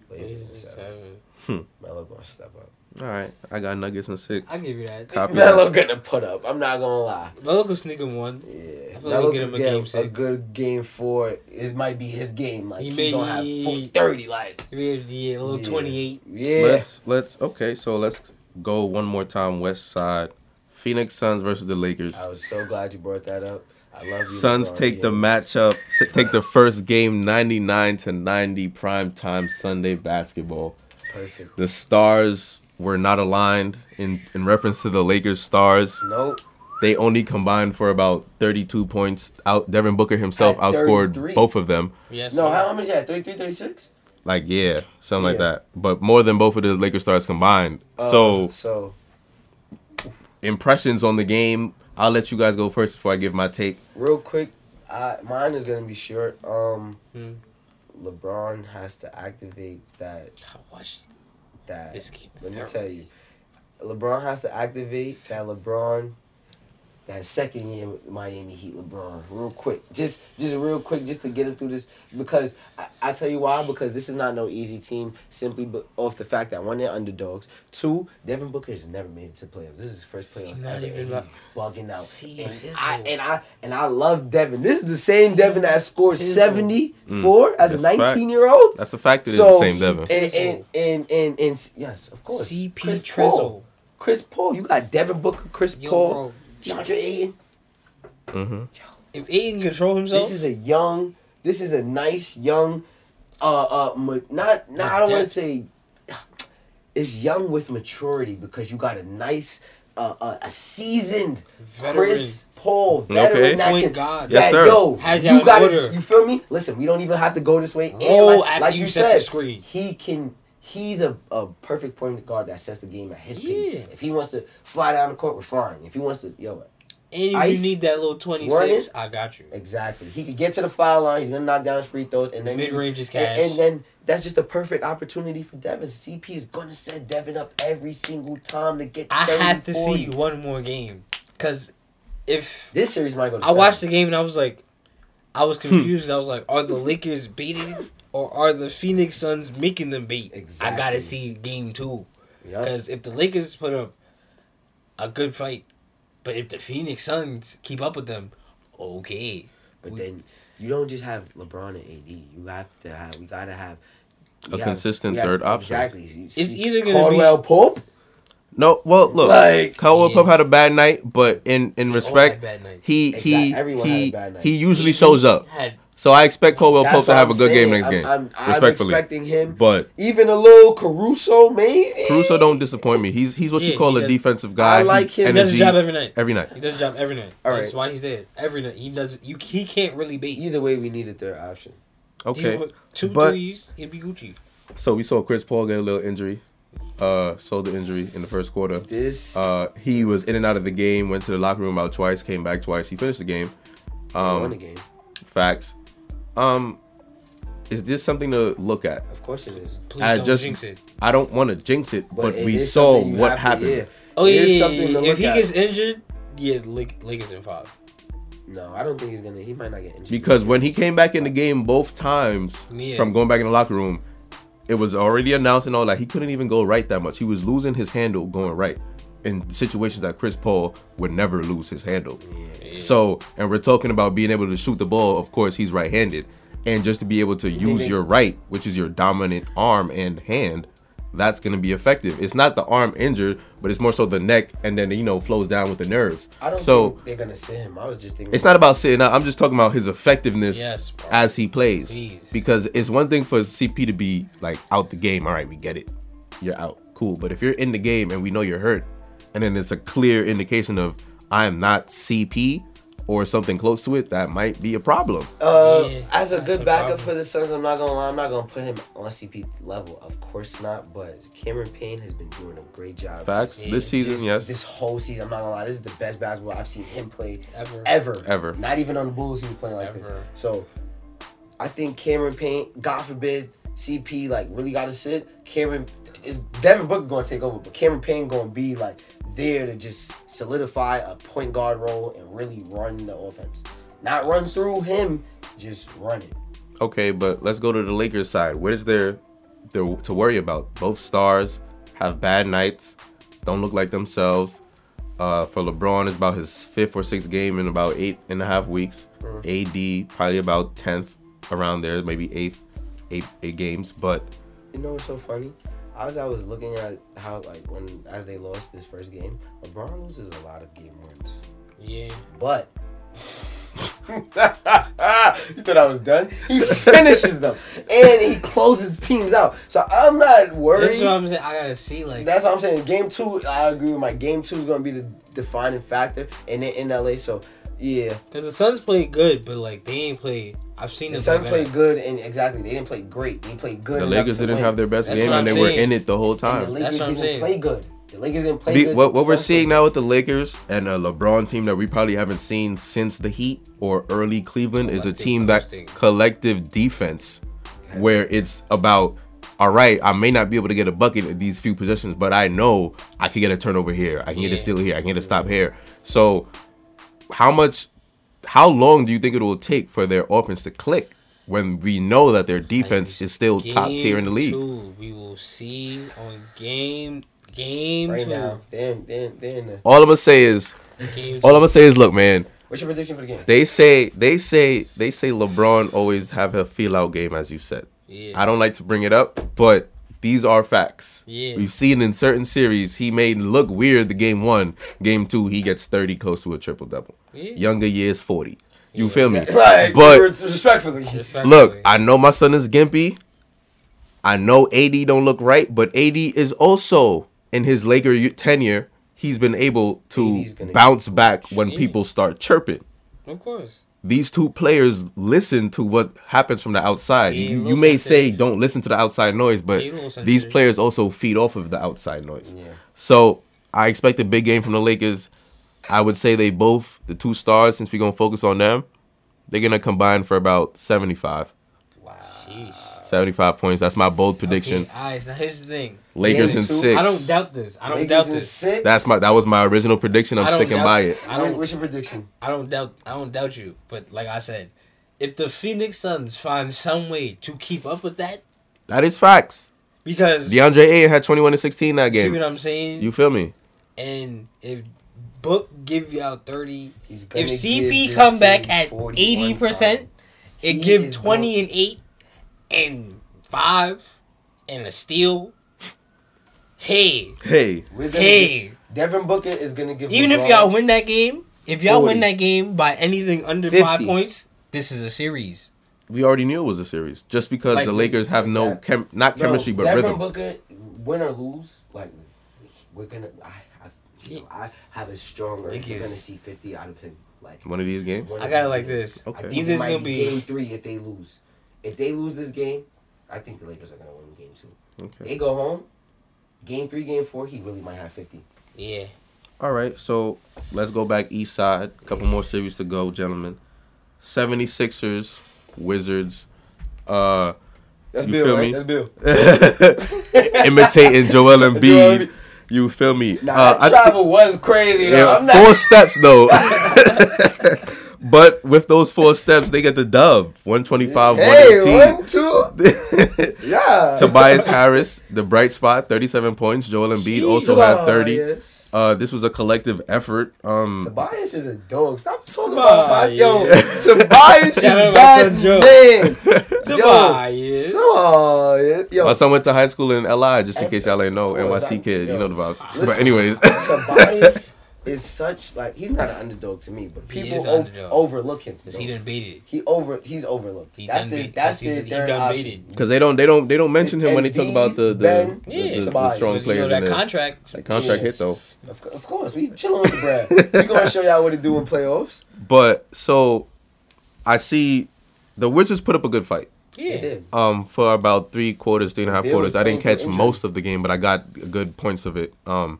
Speaker 2: Blazers in seven. Melo gonna step up.
Speaker 1: All right, I got Nuggets in six.
Speaker 3: I give you
Speaker 2: <laughs>
Speaker 3: that.
Speaker 1: Copy that.
Speaker 2: Melo gonna put up. I'm not gonna lie.
Speaker 3: Melo could sneak him one.
Speaker 2: Yeah,
Speaker 3: I feel like
Speaker 2: Melo
Speaker 3: we'll get him
Speaker 2: could
Speaker 3: a
Speaker 2: get
Speaker 3: game
Speaker 2: a
Speaker 3: six.
Speaker 2: good game four. It might be his game. Like
Speaker 3: He
Speaker 2: he,
Speaker 3: may-
Speaker 2: gonna have four thirty. Like
Speaker 3: Maybe it'd be a little
Speaker 2: Yeah.
Speaker 3: twenty-eight.
Speaker 2: yeah,
Speaker 1: Let's let's okay. So let's go one more time. West Side, Phoenix Suns versus the Lakers.
Speaker 2: I was so glad you brought that up. I love you.
Speaker 1: Suns
Speaker 2: LeBron
Speaker 1: take the
Speaker 2: James.
Speaker 1: matchup, s- take the first game, ninety nine to ninety, prime time Sunday basketball.
Speaker 2: Perfect.
Speaker 1: The stars were not aligned in in reference to the Lakers stars.
Speaker 2: Nope.
Speaker 1: They only combined for about thirty two points. Out Devin Booker himself
Speaker 2: At
Speaker 1: outscored
Speaker 2: 33.
Speaker 1: both of them.
Speaker 3: Yes.
Speaker 2: No,
Speaker 3: sir.
Speaker 2: how, how much? Yeah, 33, 36?
Speaker 1: Like yeah, something like
Speaker 2: Yeah.
Speaker 1: that. But more than both of the Lakers stars combined.
Speaker 2: Uh,
Speaker 1: so
Speaker 2: so
Speaker 1: impressions on the game. I'll let you guys go first before I give my take.
Speaker 2: real quick, I mine is gonna be short. Um,
Speaker 3: Hmm.
Speaker 2: LeBron has to activate that
Speaker 3: I watched
Speaker 2: that.
Speaker 3: this game.
Speaker 2: Let me tell you, LeBron has to activate that LeBron, that second year with Miami Heat LeBron, real quick, just just real quick, just to get him through this. Because I, I tell you why, because this is not no easy team. Simply be- off the fact that one, they're underdogs. Two, Devin Booker has never made it to playoffs. This is his first playoffs
Speaker 3: not
Speaker 2: ever,
Speaker 3: even
Speaker 2: and
Speaker 3: like-
Speaker 2: he's bugging out.
Speaker 3: See,
Speaker 2: and
Speaker 3: Izzo.
Speaker 2: I and I and I love Devin. This is the same Devin that scored
Speaker 3: Izzo.
Speaker 2: seventy four as a
Speaker 1: Mm. That's fact.
Speaker 2: nineteen year old.
Speaker 1: That's the fact that it's the
Speaker 2: So-
Speaker 1: same Devin.
Speaker 2: And and, and and and yes, of course.
Speaker 3: CP
Speaker 2: Chris
Speaker 3: Trizzle.
Speaker 2: Paul. Chris Paul. You got Devin Booker, Chris
Speaker 3: Yo,
Speaker 2: Paul,
Speaker 3: bro.
Speaker 2: DeAndre Ayton.
Speaker 1: hmm
Speaker 3: If Aiden control himself,
Speaker 2: This is a young. This is a nice young. Uh, uh, ma- not not. I don't want
Speaker 3: Depth.
Speaker 2: to say. It's young with maturity because you got a nice, uh, uh a seasoned
Speaker 3: Veteran.
Speaker 2: Chris Paul veteran
Speaker 1: Okay.
Speaker 2: that
Speaker 3: Point
Speaker 2: can.
Speaker 3: guard.
Speaker 1: Yes,
Speaker 2: that,
Speaker 1: sir.
Speaker 2: Yo,
Speaker 3: Has y'all
Speaker 2: you got
Speaker 3: order.
Speaker 2: to You feel me? Listen, we don't even have to go this way. And
Speaker 3: Roll
Speaker 2: like,
Speaker 3: after
Speaker 2: like
Speaker 3: you
Speaker 2: you,
Speaker 3: set
Speaker 2: said,
Speaker 3: the screen.
Speaker 2: he can. He's a, a perfect point guard that sets the game at his
Speaker 3: Yeah.
Speaker 2: pace. If he wants to fly down the court, we're fine. If he wants to, yo,
Speaker 3: and if you
Speaker 2: Ice,
Speaker 3: need that little twenty-six,
Speaker 2: Warren,
Speaker 3: I got you.
Speaker 2: Exactly. He could get to the foul line. He's gonna knock down his free throws, and then
Speaker 3: Mid-range is
Speaker 2: and-
Speaker 3: cash.
Speaker 2: And, then that's just a perfect opportunity for Devin. CP is gonna set Devin up every single time to get.
Speaker 3: I
Speaker 2: 30,
Speaker 3: had to
Speaker 2: 40.
Speaker 3: see one more game, cause if
Speaker 2: This series might go. To
Speaker 3: I watched the game and I was like, I was
Speaker 1: Hmm.
Speaker 3: confused. I was like, are the Lakers beating or are the Phoenix Suns making them beat? I gotta
Speaker 2: Exactly.
Speaker 3: see game two
Speaker 2: Yep.
Speaker 1: Uh,
Speaker 3: because if the Lakers put up a good fight, but if the Phoenix Suns keep up with them, okay.
Speaker 2: But then you don't just have LeBron and AD. You have to have. We gotta have. we
Speaker 1: A consistent
Speaker 2: we have-
Speaker 1: third option.
Speaker 2: Exactly. You
Speaker 3: It's
Speaker 2: see
Speaker 3: either gonna be-
Speaker 2: Caldwell Pope.
Speaker 1: No, well, look,
Speaker 2: Like-
Speaker 1: Caldwell
Speaker 3: Yeah.
Speaker 1: Pope had a bad night, but in in respect,
Speaker 3: had bad nights.
Speaker 1: he he
Speaker 2: Exact- everyone had a
Speaker 1: he
Speaker 2: bad night.
Speaker 1: he usually shows up.
Speaker 3: Had
Speaker 1: So I expect Caldwell Pope
Speaker 2: That's
Speaker 1: to
Speaker 2: what
Speaker 1: have a
Speaker 2: I'm
Speaker 1: good game
Speaker 2: saying.
Speaker 1: next game,
Speaker 2: I'm, I'm, I'm
Speaker 1: respectfully.
Speaker 2: expecting him.
Speaker 1: but
Speaker 2: Even a little Caruso, maybe.
Speaker 1: Caruso don't disappoint me. He's he's what
Speaker 3: Yeah,
Speaker 1: you call
Speaker 3: he
Speaker 1: a
Speaker 3: does-
Speaker 1: defensive guy.
Speaker 2: I like
Speaker 1: He-
Speaker 2: him.
Speaker 3: he does his
Speaker 1: energy
Speaker 3: job every night.
Speaker 1: every night.
Speaker 3: He does his job every night.
Speaker 2: All
Speaker 3: That's
Speaker 2: right.
Speaker 3: why he's there every night. He does. You he can't really beat.
Speaker 2: Either way, we need a third option.
Speaker 1: Okay,
Speaker 3: two
Speaker 1: but-
Speaker 3: threes, it'd be Gucci.
Speaker 1: so we saw Chris Paul get a little injury, uh, shoulder injury in the first quarter.
Speaker 2: This.
Speaker 1: Uh, he was in and out of the game. Went to the locker room out twice. Came back twice. He finished the game.
Speaker 2: won
Speaker 1: Um,
Speaker 2: the game.
Speaker 1: facts. Um, is this something to look at?
Speaker 2: Of course it is.
Speaker 3: Please
Speaker 1: I
Speaker 3: don't
Speaker 1: just-
Speaker 3: jinx it.
Speaker 1: I don't want to jinx it, but,
Speaker 2: it
Speaker 1: we
Speaker 2: is
Speaker 1: saw
Speaker 2: something you
Speaker 1: what
Speaker 2: have to-
Speaker 1: happened.
Speaker 3: Oh
Speaker 2: It
Speaker 3: yeah,
Speaker 2: is
Speaker 3: yeah,
Speaker 2: something
Speaker 3: yeah,
Speaker 2: to
Speaker 3: yeah. If
Speaker 2: look
Speaker 3: he
Speaker 2: at.
Speaker 3: gets injured, yeah, Lake, Lakers in five.
Speaker 2: No, I don't think he's gonna. He might not get injured.
Speaker 1: Because when he came back in the game both times
Speaker 3: Yeah.
Speaker 1: from going back in the locker room, it was already announced and all that. He couldn't even go right that much. He was losing his handle going right in situations that Chris Paul would never lose his handle. So, and we're talking about being able to shoot the ball. Of course, he's right handed. And just to be able to use
Speaker 2: they-
Speaker 1: your right, which is your dominant arm and hand, that's going to be effective. It's not the arm injured, but it's more so the neck and then, you know, flows down with the nerves.
Speaker 2: I don't
Speaker 1: so,
Speaker 2: think they're gonna sit him. I was just thinking.
Speaker 1: it's not about sitting out. I'm just talking about his effectiveness
Speaker 3: Yes, bro.
Speaker 1: as he plays.
Speaker 3: Please.
Speaker 1: Because it's one thing for CP to be like out the game. All right, we get it. You're out. Cool. But if you're in the game and we know you're hurt, and then it's a clear indication of I am not CP or something close to it, that might be a problem.
Speaker 2: Uh,
Speaker 3: Yeah,
Speaker 2: as a
Speaker 3: that's
Speaker 2: good
Speaker 3: a
Speaker 2: backup
Speaker 3: problem.
Speaker 2: for the Suns, I'm not gonna lie. I'm not gonna put him on CP level, of course not. But Cameron Payne has been doing a great job.
Speaker 1: Facts.
Speaker 3: Yeah.
Speaker 1: This season,
Speaker 2: This,
Speaker 1: yes.
Speaker 2: this whole season, I'm not gonna lie. This is the best basketball I've seen him play
Speaker 3: Ever.
Speaker 2: ever,
Speaker 1: Ever.
Speaker 2: Not even on the Bulls, he was playing like this.
Speaker 3: Ever.
Speaker 2: So, I think Cameron Payne, God forbid, CP like really got to sit. Cameron is Devin Booker gonna take over, but Cameron Payne gonna be like there to just solidify a point guard role and really run the offense. Not run through him, just run it.
Speaker 1: Okay, but let's go to the Lakers side. What is there there to worry about? Both stars have bad nights, don't look like themselves. Uh, for LeBron, it's about his fifth or sixth game in about eight and a half weeks. AD probably about tenth around there, maybe eighth, eight eight games. But
Speaker 2: You know what's so funny? I was I was looking at how like when as they lost this first game, LeBron loses a lot of game wins.
Speaker 3: Yeah.
Speaker 2: But <laughs> you thought I was done? He finishes them and he closes teams out. So I'm not worried.
Speaker 3: That's what I'm saying. I gotta see like.
Speaker 2: That's what I'm saying. Game two, I agree with my game two is gonna be the defining factor, and then in LA. So yeah,
Speaker 3: Cause the Suns played good, but like they ain't played. I've seen
Speaker 2: the
Speaker 3: them.
Speaker 2: Sun
Speaker 3: play
Speaker 2: played
Speaker 3: better.
Speaker 2: good, and exactly they didn't play great. They played good.
Speaker 1: the
Speaker 2: enough
Speaker 1: Lakers
Speaker 2: to
Speaker 1: didn't
Speaker 2: win.
Speaker 1: have their best
Speaker 3: That's
Speaker 1: game,
Speaker 3: what
Speaker 1: and they
Speaker 3: I'm
Speaker 1: were
Speaker 3: saying.
Speaker 1: in it the whole
Speaker 2: And The
Speaker 1: time.
Speaker 2: Lakers
Speaker 3: That's what I'm
Speaker 2: didn't
Speaker 3: saying.
Speaker 2: play good. The Lakers didn't play
Speaker 1: Be-
Speaker 2: good.
Speaker 1: what what we're
Speaker 2: Suns
Speaker 1: seeing
Speaker 2: played
Speaker 1: now with the Lakers and a LeBron team that we probably haven't seen since the Heat or early Cleveland is a
Speaker 3: Collective
Speaker 1: team that
Speaker 3: coasting.
Speaker 1: collective defense, where it's about, all right, I may not be able to get a bucket at these few possessions, but I know I can get a turnover here, I can get a
Speaker 3: Yeah.
Speaker 1: steal here, I can get a stop here. So, how much, how long do you think it will take for their offense to click when we know that their defense is still top
Speaker 3: Game
Speaker 1: tier in the league?
Speaker 3: Two, we will see on game game
Speaker 2: right
Speaker 3: two.
Speaker 2: now. They're in, they're in, they're in the.
Speaker 1: All I'm gonna say is,
Speaker 3: Game
Speaker 1: all I'm gonna say is, look, man.
Speaker 2: uh, What's your prediction for the game?
Speaker 1: They say they say they say LeBron always have a feel out game, as you said.
Speaker 3: Yeah.
Speaker 1: I don't like to bring it up, but these are facts.
Speaker 3: Yeah.
Speaker 1: We've seen in certain series he may look weird the game one, game two he gets thirty close to a triple double.
Speaker 3: Yeah.
Speaker 1: Younger years forty. You feel me?
Speaker 2: <laughs> Like,
Speaker 1: but
Speaker 2: respectfully,
Speaker 3: two.
Speaker 1: Look, I know my son is gimpy. I know AD don't look right, but AD is also in his Laker u- tenure. He's been able to
Speaker 2: 's gonna
Speaker 1: bounce back when
Speaker 3: Yeah.
Speaker 1: people start chirping
Speaker 3: of course.
Speaker 1: these two players listen to what happens from the outside.
Speaker 3: Yeah,
Speaker 1: you,
Speaker 3: little
Speaker 1: you may say
Speaker 3: sensitive.
Speaker 1: don't listen to the outside noise, but
Speaker 3: Yeah, little
Speaker 1: these
Speaker 3: sensitive.
Speaker 1: players also feed off of the outside noise.
Speaker 2: Yeah.
Speaker 1: So I expect a big game from the Lakers. I would say they both, the two stars, since we're going to focus on them, they're going to combine for about 75.
Speaker 2: wow.
Speaker 3: Sheesh.
Speaker 1: 75 points. That's my bold prediction.
Speaker 3: Okay, all right, now here's the thing.
Speaker 1: Lakers in
Speaker 2: Lakers in two.
Speaker 1: six.
Speaker 3: I don't doubt this. I don't
Speaker 2: Lakers
Speaker 3: doubt
Speaker 2: in
Speaker 3: this.
Speaker 2: Six.
Speaker 1: That's my that was my original prediction. I'm
Speaker 3: I don't
Speaker 1: sticking
Speaker 3: doubt-
Speaker 1: by it.
Speaker 3: I don't.
Speaker 2: What's your prediction?
Speaker 3: I don't doubt. I don't doubt you. But like I said, if the Phoenix Suns find some way to keep up with that,
Speaker 1: That is facts.
Speaker 3: because
Speaker 1: DeAndre Ayton had 21 and 16 that
Speaker 3: see what
Speaker 1: game.
Speaker 3: I'm saying,
Speaker 1: You feel me?
Speaker 3: and if Book give y'all thirty,
Speaker 2: He's gonna
Speaker 3: if
Speaker 2: give
Speaker 3: CP
Speaker 2: this
Speaker 3: come back
Speaker 2: team
Speaker 3: at
Speaker 2: 41
Speaker 3: eighty percent,
Speaker 2: time.
Speaker 3: it
Speaker 2: He
Speaker 3: give
Speaker 2: is
Speaker 3: twenty and eight, and five, and a steal. Hey,
Speaker 1: Hey,
Speaker 2: We're gonna
Speaker 3: hey.
Speaker 2: give- Devin Booker is gonna give.
Speaker 3: Even if
Speaker 2: LeBron-
Speaker 3: y'all win that game, if y'all
Speaker 2: 40.
Speaker 3: win that game by anything under
Speaker 2: 50.
Speaker 3: five points, this is a series.
Speaker 1: we already knew it was a series just because
Speaker 3: Like,
Speaker 1: the Lakers have no
Speaker 2: exactly.
Speaker 1: chem- not
Speaker 2: Bro,
Speaker 1: chemistry but
Speaker 2: Devin
Speaker 1: rhythm.
Speaker 2: Booker, win or lose, like we're gonna. I, I, you know, I have a stronger. We're
Speaker 3: Think
Speaker 2: gonna
Speaker 3: he's-
Speaker 2: see fifty out of him. Like
Speaker 1: One of these games.
Speaker 2: One-
Speaker 3: I got it like this.
Speaker 1: Okay.
Speaker 2: I think
Speaker 3: Either
Speaker 2: it
Speaker 3: it's
Speaker 2: might
Speaker 3: gonna
Speaker 2: be game
Speaker 3: be
Speaker 2: three if they lose. If they lose this game, I think the Lakers are gonna win game two.
Speaker 1: Okay.
Speaker 2: They go home. Game three, game four, he really might have fifty.
Speaker 3: yeah.
Speaker 1: All right. So let's go back east side. A couple more series to go, gentlemen. 76ers, Wizards. uh, <laughs>
Speaker 2: That's
Speaker 1: You
Speaker 2: Bill,
Speaker 1: feel
Speaker 2: right?
Speaker 1: me?
Speaker 2: That's Bill.
Speaker 1: imitating Joel
Speaker 2: Joel
Speaker 1: Embiid.
Speaker 2: Embiid.
Speaker 1: You feel me?
Speaker 2: Nah,
Speaker 1: uh, I
Speaker 3: travel was crazy. though.
Speaker 1: Yeah,
Speaker 3: I'm
Speaker 2: <laughs>
Speaker 3: not-
Speaker 1: four steps though. <laughs> but with those four steps, they get the dub. 125,
Speaker 2: Hey,
Speaker 1: 118.
Speaker 2: one,
Speaker 1: <laughs>
Speaker 2: two, yeah. <laughs>
Speaker 1: Tobias Harris, the bright spot, 37 points. Joel Embiid also had 30.
Speaker 2: Tobias.
Speaker 1: Uh, this was a collective effort. Um,
Speaker 2: Tobias is a dog. Stop talking about Tobias.
Speaker 3: Tobias.
Speaker 2: Yo, <laughs> Tobias is
Speaker 3: Shout out my
Speaker 2: bad
Speaker 3: son Joe.
Speaker 2: man.
Speaker 1: <laughs>
Speaker 3: Tobias.
Speaker 2: Tobias. Yo,
Speaker 1: my son uh, went to high school in LI, just in case y'all ain't know.
Speaker 2: Of course,
Speaker 1: NYC
Speaker 2: I'm-
Speaker 1: kid, you
Speaker 2: yo.
Speaker 1: know the vibes. But
Speaker 2: Listen.
Speaker 1: anyways, <laughs>
Speaker 2: Tobias is such like he's not an underdog to me, but
Speaker 3: He
Speaker 2: people
Speaker 3: is an
Speaker 2: o-
Speaker 3: underdog.
Speaker 2: overlook him.
Speaker 3: 'Cause he
Speaker 2: bro.
Speaker 3: done baited.
Speaker 2: He over he's overlooked.
Speaker 3: He
Speaker 2: that's
Speaker 3: done
Speaker 2: the
Speaker 3: baited.
Speaker 2: that's
Speaker 3: he,
Speaker 2: the
Speaker 3: he
Speaker 2: third
Speaker 3: done
Speaker 2: option.
Speaker 3: baited.
Speaker 1: because they don't, they don't, they don't mention
Speaker 2: It's
Speaker 1: him when they talk
Speaker 2: Embiid,
Speaker 1: about the the,
Speaker 2: Ben,
Speaker 1: the-
Speaker 3: Yeah.
Speaker 1: the- the
Speaker 2: Tobias.
Speaker 1: strong
Speaker 2: Because,
Speaker 3: You
Speaker 1: players.
Speaker 3: know,
Speaker 1: in
Speaker 3: that
Speaker 1: there.
Speaker 3: contract.
Speaker 1: That contract
Speaker 2: Yeah.
Speaker 1: hit though.
Speaker 2: Of, cou- of course, we chilling with the Brad. We gonna show y'all what to do in playoffs.
Speaker 1: But so, I see the Wizards put up a good fight.
Speaker 2: They
Speaker 3: Yeah.
Speaker 2: did.
Speaker 1: um for about three quarters, three and a half
Speaker 2: Bill
Speaker 1: quarters.
Speaker 2: was
Speaker 1: I didn't
Speaker 2: playing
Speaker 1: catch
Speaker 2: through
Speaker 1: most of the game, but I got good points of it. Um,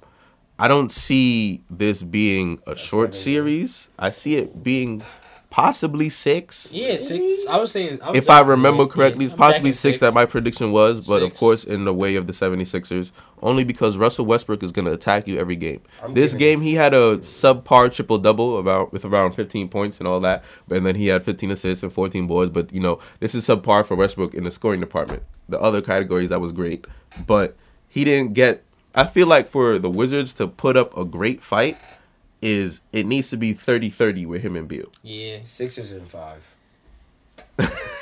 Speaker 1: I don't see this being a short
Speaker 2: seven,
Speaker 1: series. I see it being possibly six.
Speaker 3: Yeah, six. I was saying. was
Speaker 1: If I
Speaker 3: jacking
Speaker 1: remember
Speaker 3: it,
Speaker 1: correctly, it's
Speaker 3: I'm
Speaker 1: possibly
Speaker 3: jacking
Speaker 1: six, that my prediction was, but of
Speaker 3: Six.
Speaker 1: course, in the way of the 76ers, only because Russell Westbrook is going to attack you every game.
Speaker 2: I'm
Speaker 1: this
Speaker 2: giving
Speaker 1: game, he had a subpar triple double about with around 15 points and all that, and then he had 15 assists and 14 boards. But you know, this is subpar for Westbrook in the scoring department. The other categories that was great, but he didn't get. I feel like for the Wizards to put up a great fight is it needs to be 30-30 with him and Bill.
Speaker 3: Yeah.
Speaker 2: Sixers and five.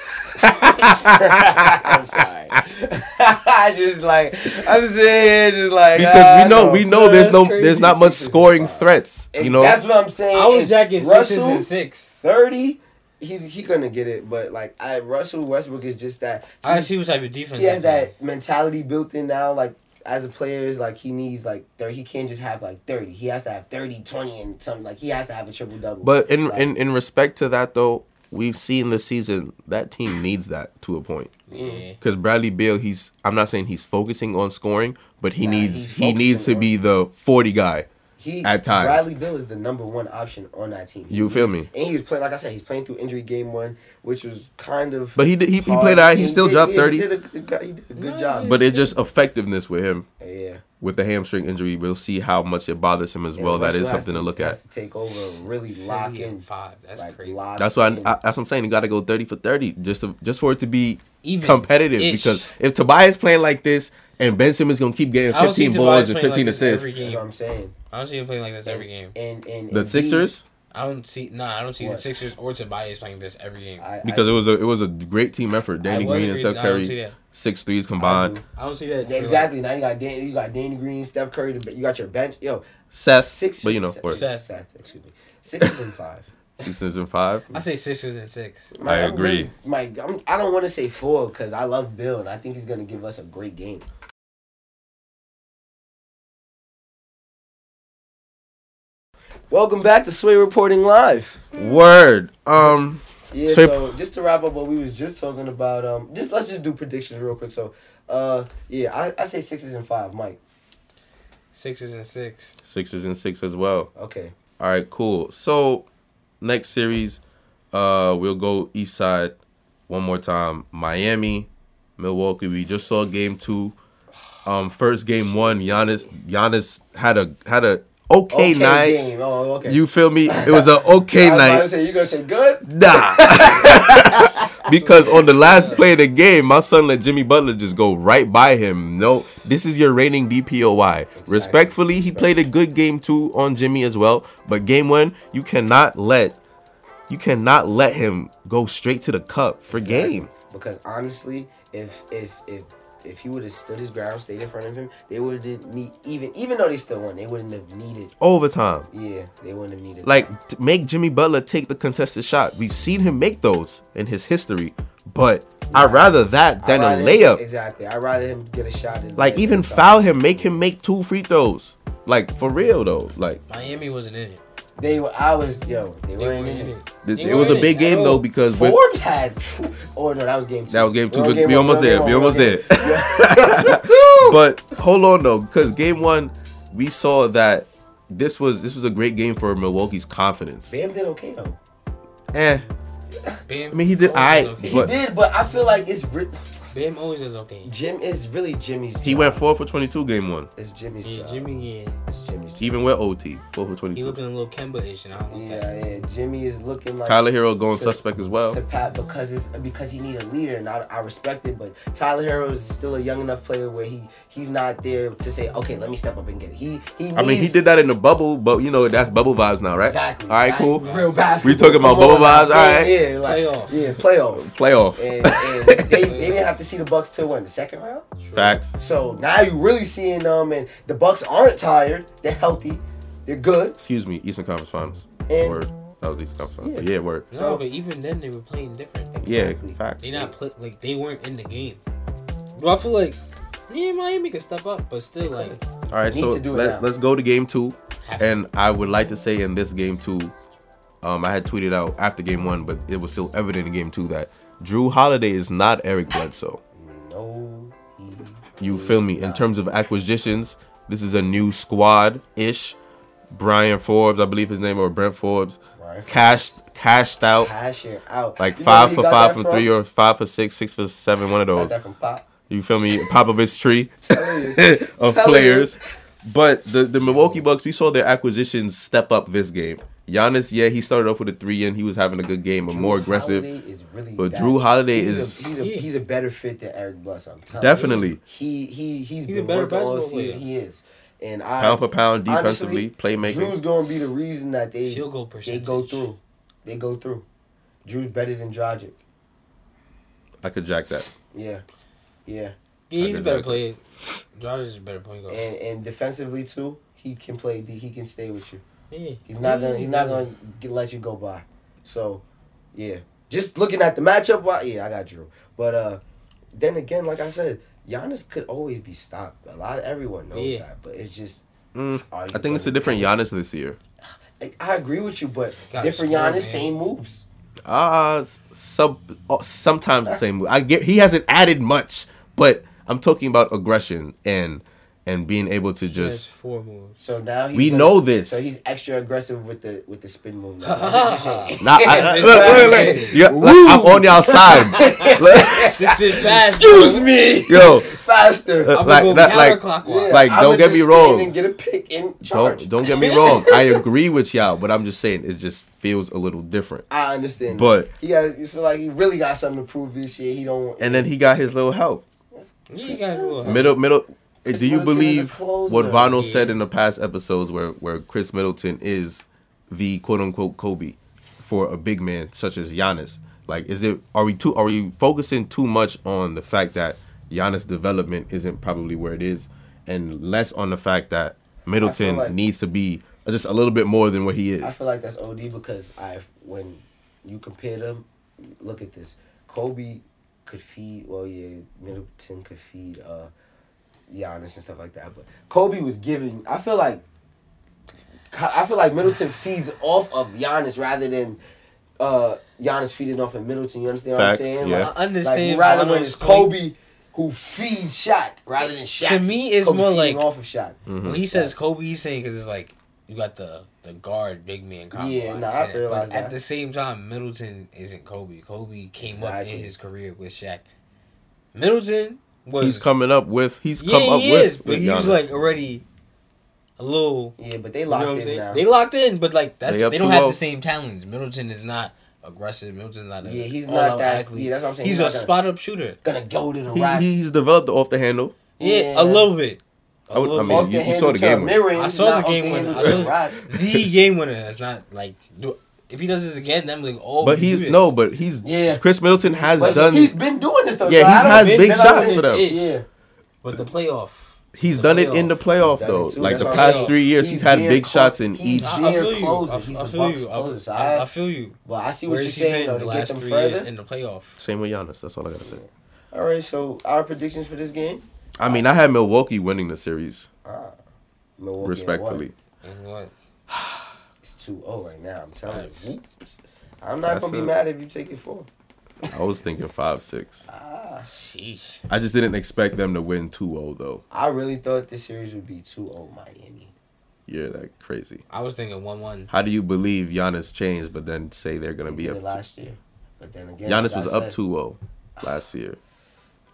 Speaker 2: <laughs> I'm sorry. I <laughs> just like I'm sitting here just like
Speaker 1: because
Speaker 2: ah,
Speaker 1: we know
Speaker 2: no.
Speaker 1: we know there's no
Speaker 3: That's
Speaker 1: there's not much
Speaker 2: crazy.
Speaker 1: scoring
Speaker 2: Sixes is
Speaker 1: threats.
Speaker 2: If
Speaker 1: You know,
Speaker 2: that's what I'm saying.
Speaker 3: I was
Speaker 2: if
Speaker 3: jacking sixes
Speaker 2: Russell
Speaker 3: and six.
Speaker 2: thirty. He's he gonna get it, but like I Russell Westbrook is just that.
Speaker 3: I see what type of defense.
Speaker 2: he has
Speaker 3: they play.
Speaker 2: that mentality built in now like as a player is like he needs like 30 he can't just have like 30 he has to have 30 20 and something like he has to have a triple double
Speaker 1: but in in in respect to that though, we've seen this season that team needs that to a point.
Speaker 3: Yeah.
Speaker 1: Because Bradley Beal, he's I'm not saying he's focusing on scoring, but he
Speaker 2: Nah,
Speaker 1: needs
Speaker 2: he's
Speaker 1: he needs to
Speaker 2: focusing
Speaker 1: be the 40 guy.
Speaker 2: he
Speaker 1: at times.
Speaker 2: Bradley Bill is the number one option on that team
Speaker 1: You feel me?
Speaker 2: and he was playing like I said he's playing through injury game one which was kind of
Speaker 1: But he did, he, he
Speaker 2: hard.
Speaker 1: played out. He still
Speaker 2: did-
Speaker 1: dropped
Speaker 2: yeah,
Speaker 1: 30.
Speaker 2: he did a good, go- he did a good
Speaker 3: No,
Speaker 2: job
Speaker 1: But it's just effectiveness with him
Speaker 2: yeah
Speaker 1: with the hamstring injury. We'll see how much it bothers him as well.
Speaker 2: And
Speaker 1: that is
Speaker 2: Russell has
Speaker 1: something to look
Speaker 2: has
Speaker 1: at.
Speaker 2: to take over and really lock
Speaker 3: Thirty and
Speaker 2: in
Speaker 3: five. That's
Speaker 2: like
Speaker 3: crazy.
Speaker 2: lock
Speaker 1: That's why I,
Speaker 2: in.
Speaker 1: I- that's what I'm saying. You got to go 30 for 30 just to, just for it to be
Speaker 3: Even
Speaker 1: competitive.
Speaker 3: ish.
Speaker 1: Because if Tobias playing like this and Ben Simmons gonna keep getting
Speaker 3: I don't see
Speaker 1: 15
Speaker 3: Tobias
Speaker 1: balls and 15
Speaker 3: playing like this
Speaker 1: assists,
Speaker 3: every game.
Speaker 2: that's what I'm saying
Speaker 3: I don't see him playing like this every game.
Speaker 2: and and,
Speaker 1: the
Speaker 2: and
Speaker 1: Sixers
Speaker 3: I don't see. Nah, I don't see the
Speaker 2: What?
Speaker 3: Sixers or Tobias playing this every game. I,
Speaker 2: I,
Speaker 1: because
Speaker 2: I,
Speaker 1: it was a it was a great team effort. Danny
Speaker 3: was
Speaker 1: Green and
Speaker 3: agree-
Speaker 1: Seth
Speaker 3: I don't see
Speaker 1: Curry,
Speaker 3: that.
Speaker 1: six threes combined.
Speaker 2: I
Speaker 3: don't see that.
Speaker 2: Yeah, exactly. Now you got Dan, you got Danny Green, Steph Curry. the- You got your bench. Yo,
Speaker 1: Seth,
Speaker 2: six.
Speaker 1: but you know,
Speaker 2: Seth,
Speaker 1: word.
Speaker 2: Seth, Seth, excuse me. Six and five.
Speaker 1: Sixers and five.
Speaker 3: I say Sixers and six.
Speaker 1: I
Speaker 2: I'm
Speaker 1: agree.
Speaker 2: really- Mike, I'm, I don't want to say four because I love Bill and I think he's gonna give us a great game. Welcome back to Sway Reporting Live.
Speaker 1: Word. Um,
Speaker 2: Yeah,
Speaker 1: So-
Speaker 2: so, just to wrap up what we was just talking about, um, just let's just do predictions real quick. So, uh, yeah, I, I say sixes and five, Mike.
Speaker 3: Sixers and six.
Speaker 1: Sixers and six as well.
Speaker 2: Okay,
Speaker 1: All right, cool. So next series, uh, we'll go east side one more time. Miami, Milwaukee. We just saw game two. Um, first game one, Giannis Giannis had a had a okay,
Speaker 2: okay,
Speaker 1: night.
Speaker 2: game. Oh, okay.
Speaker 1: You feel me? It was an okay
Speaker 2: I was about to
Speaker 1: night.
Speaker 2: say you gonna say good.
Speaker 1: Nah. <laughs> because on the last play of the game, my son let Jimmy Butler just go right by him. No, this is your reigning DPOY. Respectfully, he played a good game two on Jimmy as well. But game one, you cannot let you cannot let him go straight to the cup for game.
Speaker 2: Because honestly, if if if if he would have stood his ground, stayed in front of him, they would have need even even though they still won, they wouldn't have needed.
Speaker 1: Overtime.
Speaker 2: Yeah, they wouldn't have needed.
Speaker 1: Like t- make Jimmy Butler take the contested shot. We've seen him make those in his history. But I'd rather that
Speaker 2: I'd
Speaker 1: than a
Speaker 2: rather him-
Speaker 1: layup.
Speaker 2: exactly. I'd rather him get a shot. and
Speaker 1: Like
Speaker 2: let
Speaker 1: even
Speaker 2: him
Speaker 1: foul him, make him make two free throws. Like for real though. Like
Speaker 3: Miami wasn't in it.
Speaker 2: They were. I was yo. They,
Speaker 3: They
Speaker 2: weren't
Speaker 3: weren't
Speaker 2: in
Speaker 3: in
Speaker 2: it.
Speaker 3: it.
Speaker 1: th-
Speaker 3: They
Speaker 1: it was a
Speaker 3: weren't
Speaker 1: big
Speaker 3: in it at
Speaker 1: game though
Speaker 3: all.
Speaker 1: because with,
Speaker 2: Forbes had. <laughs> Oh no, that was game two.
Speaker 1: that was game two.
Speaker 2: We're on
Speaker 1: but
Speaker 2: game
Speaker 1: we
Speaker 2: one,
Speaker 1: almost
Speaker 2: we're
Speaker 1: there.
Speaker 2: on game
Speaker 1: We
Speaker 2: one,
Speaker 1: almost
Speaker 2: we're on
Speaker 1: there.
Speaker 2: game
Speaker 1: <laughs>
Speaker 2: one.
Speaker 1: but hold on though, because game one, we saw that this was this was a great game for Milwaukee's confidence.
Speaker 2: Bam did okay though.
Speaker 1: Eh,
Speaker 3: Bam.
Speaker 1: I mean, he did aight,
Speaker 3: always does
Speaker 2: He
Speaker 1: But-
Speaker 2: did, but I feel like it's re-
Speaker 3: Bam always does okay.
Speaker 2: Jim is really Jimmy's.
Speaker 1: He
Speaker 2: job.
Speaker 1: went four for twenty two game one,
Speaker 2: It's Jimmy's
Speaker 3: Yeah,
Speaker 2: job.
Speaker 3: Jimmy, yeah,
Speaker 2: It's Jimmy's. Job.
Speaker 1: even with OT four for twenty
Speaker 3: he
Speaker 1: two.
Speaker 3: looking a little Kemba-ish, and I don't like that.
Speaker 2: Yeah, yeah. Jimmy is looking like
Speaker 1: Tyler Hero going
Speaker 2: to-
Speaker 1: suspect as well.
Speaker 2: to Pat because it's because he need a leader, and I, I respect it. But Tyler Hero is still a young enough player where he he's not there to say, okay, let me step up and get it. He he.
Speaker 1: I mean, he
Speaker 2: needs-
Speaker 1: did that in the bubble, but you know that's bubble vibes now, right?
Speaker 2: Exactly.
Speaker 1: All right,
Speaker 2: That-
Speaker 1: cool.
Speaker 2: Real basketball.
Speaker 1: We talking about
Speaker 2: Come on,
Speaker 1: bubble vibes,
Speaker 2: yeah,
Speaker 1: all right.
Speaker 2: Yeah, like,
Speaker 3: Playoff.
Speaker 2: Yeah, playoff.
Speaker 1: Playoff
Speaker 2: And, and they,
Speaker 3: <laughs>
Speaker 2: they didn't have to see the Bucks till when the second round.
Speaker 1: facts.
Speaker 2: So now you're really seeing them, and the Bucks aren't tired. They're healthy. They're good.
Speaker 1: Excuse me, Eastern Conference Finals.
Speaker 2: And-
Speaker 1: word. That was Eastern Conference Finals.
Speaker 2: Yeah.
Speaker 1: But yeah, word.
Speaker 3: No,
Speaker 2: So-
Speaker 3: but even then they were playing different.
Speaker 1: Yeah,
Speaker 2: Exactly.
Speaker 1: facts.
Speaker 3: They not play like they weren't in the game. Well, I feel like yeah, Miami could step up, but still like
Speaker 1: All right,
Speaker 2: Need
Speaker 1: so
Speaker 2: to do it now.
Speaker 1: let, let's go to game two.
Speaker 3: Have-
Speaker 1: And I would like to say in this game two, um, I had tweeted out after game one, but it was still evident in game two that Drew Holiday is not Eric Bledsoe.
Speaker 2: No. he-
Speaker 1: You feel me? In terms of acquisitions, this is a new squad ish. Brian Forbes, I believe his name, or Brent Forbes,
Speaker 2: Brian Forbes.
Speaker 1: cashed cashed out
Speaker 2: Passion out.
Speaker 1: like
Speaker 2: You know
Speaker 1: five for
Speaker 2: where he got
Speaker 1: five
Speaker 2: that
Speaker 1: for three or five for six, six for seven, one of
Speaker 2: Got
Speaker 1: those.
Speaker 2: that from
Speaker 3: <laughs>
Speaker 2: Pop.
Speaker 1: You feel me? Popovich
Speaker 2: <laughs>
Speaker 1: tree
Speaker 3: Oh,
Speaker 2: Telling you.
Speaker 1: <laughs> of
Speaker 2: Telling
Speaker 1: players. But the, the Milwaukee Bucks, we saw their acquisitions step up this game. Giannis, yeah, he started off with a three and he was having a good game, but more aggressive.
Speaker 2: Holiday is really
Speaker 1: But
Speaker 2: that-
Speaker 1: Drew Holiday
Speaker 2: he's
Speaker 1: is-
Speaker 2: a, he's, a,
Speaker 3: Yeah.
Speaker 2: he's a better fit than Eric Bledsoe. I'm telling you.
Speaker 1: Definitely.
Speaker 2: he he he's
Speaker 3: a
Speaker 2: been
Speaker 3: better
Speaker 2: working all
Speaker 3: basketball
Speaker 2: season.
Speaker 3: player.
Speaker 2: He is, and I
Speaker 1: Pound for pound,
Speaker 2: honestly,
Speaker 1: defensively, playmaking.
Speaker 2: Drew's gonna be the reason that they
Speaker 3: Field goal
Speaker 2: they
Speaker 3: percentage.
Speaker 2: go through, they go through. Drew's better than Dragic.
Speaker 1: I could jack that.
Speaker 2: Yeah, yeah,
Speaker 3: yeah, he's
Speaker 1: I
Speaker 3: a
Speaker 1: did
Speaker 3: better
Speaker 1: that.
Speaker 3: player. Josh is a better point guard.
Speaker 2: and and defensively too, he can play. D. He can stay with you.
Speaker 3: Yeah.
Speaker 2: He's not gonna he's not gonna get, let you go by. So, yeah, just looking at the matchup, why? Yeah, I got Drew. But uh, then again, like I said, Giannis could always be stopped. A lot of everyone knows
Speaker 3: Yeah.
Speaker 2: that, but it's just.
Speaker 1: Mm,
Speaker 2: are you
Speaker 1: I think it's a
Speaker 2: gonna-
Speaker 1: different Giannis this year.
Speaker 2: Like, I agree with you, but
Speaker 3: Gotta
Speaker 2: different
Speaker 3: score,
Speaker 2: Giannis,
Speaker 3: man.
Speaker 2: same moves.
Speaker 1: Uh s- sub uh, sometimes the same. I get he hasn't added much, but I'm talking about aggression and and being able to
Speaker 3: He has
Speaker 1: just
Speaker 3: four moves.
Speaker 2: So now he's
Speaker 1: We know this.
Speaker 2: So he's extra aggressive with the with the spin move.
Speaker 3: <laughs>
Speaker 2: now. That's what you're saying.
Speaker 1: Nah, I, look,
Speaker 2: <laughs>
Speaker 3: Yeah,
Speaker 1: look, look.
Speaker 3: exactly.
Speaker 1: Yeah, like, I'm on y'all
Speaker 2: <laughs>
Speaker 1: side. Look,
Speaker 3: This bitch fast.
Speaker 2: Excuse me.
Speaker 1: Yo,
Speaker 2: <laughs> Faster.
Speaker 1: Uh,
Speaker 3: I'm
Speaker 1: Like,
Speaker 3: gonna go
Speaker 1: that- like- <laughs>
Speaker 3: counterclockwise.
Speaker 1: like,
Speaker 2: I'ma
Speaker 1: don't get
Speaker 2: just
Speaker 1: me
Speaker 2: stand
Speaker 1: wrong.
Speaker 2: And get a pick and charge.
Speaker 1: don't don't get me wrong. I agree with y'all, but I'm just saying it just feels a little different.
Speaker 2: I understand.
Speaker 1: But-
Speaker 2: he got, you feel like he really got something to prove this year. He don't.
Speaker 1: And then he got his little help.
Speaker 3: Yeah, he got his little-
Speaker 1: Middle middle.
Speaker 2: Chris
Speaker 1: do you
Speaker 2: Middleton is a
Speaker 1: believe what
Speaker 2: closer.
Speaker 1: Vano said in the past episodes, where where Chris Middleton is the quote unquote Kobe for a big man such as Giannis? Like, is it are we too are we focusing too much on the fact that Giannis' development isn't probably where it is, and less on the fact that Middleton
Speaker 2: like-
Speaker 1: needs to be just a little bit more than what he
Speaker 2: I
Speaker 1: is?
Speaker 2: feel like that's OD because I when you compare them, look at this. Kobe could feed. Well, yeah, Middleton could feed. Uh, Giannis and stuff like that. But Kobe was giving. I feel like. I feel
Speaker 1: <sighs>
Speaker 2: like Middleton feeds off of Giannis rather than. Uh, Giannis feeding off of Middleton. You understand
Speaker 1: Facts,
Speaker 2: what I'm saying?
Speaker 1: yeah.
Speaker 2: Like,
Speaker 3: I understand
Speaker 2: Like, rather when
Speaker 3: Giannis
Speaker 2: it's Kobe who feeds Shaq rather than Shaq.
Speaker 3: To me, it's
Speaker 2: Kobe
Speaker 3: more
Speaker 2: feeding
Speaker 3: like-
Speaker 2: off of Shaq.
Speaker 1: Mm. Mm-hmm.
Speaker 3: When he says Kobe, he's saying because it's like you got the the guard big man combo.
Speaker 2: Yeah,
Speaker 3: I
Speaker 2: nah, I
Speaker 3: understand that.
Speaker 2: realize
Speaker 3: but
Speaker 2: that.
Speaker 3: At the same time, Middleton isn't Kobe. Kobe came up
Speaker 2: Exactly.
Speaker 3: in his career with Shaq. Middleton was
Speaker 1: He's coming up with he's
Speaker 3: Yeah,
Speaker 1: come up
Speaker 3: he
Speaker 1: with,
Speaker 3: is, but
Speaker 1: with
Speaker 3: he's
Speaker 1: Giannis.
Speaker 3: like already a little.
Speaker 2: Yeah, but they
Speaker 3: You know
Speaker 2: locked
Speaker 3: what I'm
Speaker 2: in
Speaker 3: saying?
Speaker 2: now.
Speaker 3: They locked in, but like that's
Speaker 1: They
Speaker 3: they,
Speaker 1: up
Speaker 3: don't
Speaker 1: 2-0.
Speaker 3: have the same talents. Middleton is not aggressive. Middleton's not. A
Speaker 2: Yeah, he's
Speaker 3: all-out
Speaker 2: not that-
Speaker 3: Athlete.
Speaker 2: yeah, that's what I'm saying.
Speaker 3: He's,
Speaker 2: He's
Speaker 3: a
Speaker 2: not that-
Speaker 3: spot up shooter.
Speaker 2: gonna go
Speaker 3: <laughs>
Speaker 2: to the
Speaker 1: He-
Speaker 2: rack.
Speaker 1: he's developed off the handle.
Speaker 3: Yeah,
Speaker 2: Yeah.
Speaker 3: a little bit. A
Speaker 1: I would- I
Speaker 3: little
Speaker 1: mean,
Speaker 3: bit.
Speaker 1: you-
Speaker 2: Off the
Speaker 1: you
Speaker 2: handle
Speaker 1: saw the
Speaker 2: to
Speaker 1: game winner.
Speaker 2: mirror,
Speaker 3: I saw
Speaker 2: not
Speaker 3: the
Speaker 2: off
Speaker 3: game winner.
Speaker 2: handle
Speaker 3: I
Speaker 2: to the
Speaker 3: saw
Speaker 2: rack.
Speaker 3: <laughs> the game winner. It's not like do, if he does this again, then I'm like, oh.
Speaker 1: But
Speaker 3: we do
Speaker 1: he's
Speaker 3: this.
Speaker 1: no, but he's
Speaker 2: Yeah.
Speaker 1: Chris Middleton has
Speaker 2: But
Speaker 1: done
Speaker 2: he's been doing this though.
Speaker 1: Yeah,
Speaker 2: so I
Speaker 1: he's
Speaker 2: don't
Speaker 1: has
Speaker 2: think-
Speaker 1: big
Speaker 2: they're
Speaker 1: shots
Speaker 2: not-
Speaker 1: for them.
Speaker 3: Ish.
Speaker 2: Yeah,
Speaker 3: But the playoff.
Speaker 1: He's
Speaker 3: The
Speaker 1: done it in the playoff
Speaker 2: Done it
Speaker 1: though.
Speaker 2: too.
Speaker 1: Like
Speaker 2: That's
Speaker 1: the
Speaker 2: what I'm
Speaker 1: past
Speaker 2: saying.
Speaker 1: three years, he's,
Speaker 2: He's
Speaker 1: had
Speaker 2: their
Speaker 1: big
Speaker 2: clo-
Speaker 1: shots in each.
Speaker 2: he's their
Speaker 3: I, I feel you.
Speaker 2: closer.
Speaker 3: I,
Speaker 2: He's
Speaker 3: I
Speaker 2: the
Speaker 3: feel
Speaker 2: Bucks
Speaker 3: you.
Speaker 2: closer,
Speaker 3: I, I,
Speaker 2: alright?
Speaker 3: I feel you.
Speaker 2: well, I see
Speaker 3: Where
Speaker 2: what you're
Speaker 3: has he been
Speaker 2: saying though.
Speaker 3: the
Speaker 2: To get
Speaker 3: last
Speaker 2: them
Speaker 3: three
Speaker 2: further.
Speaker 3: years in the playoff?
Speaker 1: Same with Giannis. That's all I gotta say.
Speaker 2: All right, so our predictions for this game.
Speaker 1: I mean, I had Milwaukee winning the series
Speaker 2: Milwaukee at
Speaker 1: respectfully.
Speaker 2: one.
Speaker 3: And what?
Speaker 2: it's 2-0 right now. I'm telling
Speaker 3: Facts.
Speaker 2: you. Whoops. I'm not
Speaker 1: That's
Speaker 2: gonna be
Speaker 1: it.
Speaker 2: mad if you take it four. Ah.
Speaker 1: I was thinking five six.
Speaker 3: Sheesh.
Speaker 1: I just didn't expect them to win 2-0 though.
Speaker 2: I really thought this series would be 2-0 Miami.
Speaker 1: You're like crazy.
Speaker 3: I was thinking one one.
Speaker 1: How do you believe Giannis changed, but then say they're gonna
Speaker 2: They
Speaker 1: be
Speaker 2: did it
Speaker 1: up?
Speaker 2: last year. But then again,
Speaker 1: Giannis
Speaker 2: like I
Speaker 1: was up
Speaker 2: said-
Speaker 1: 2-0 last year.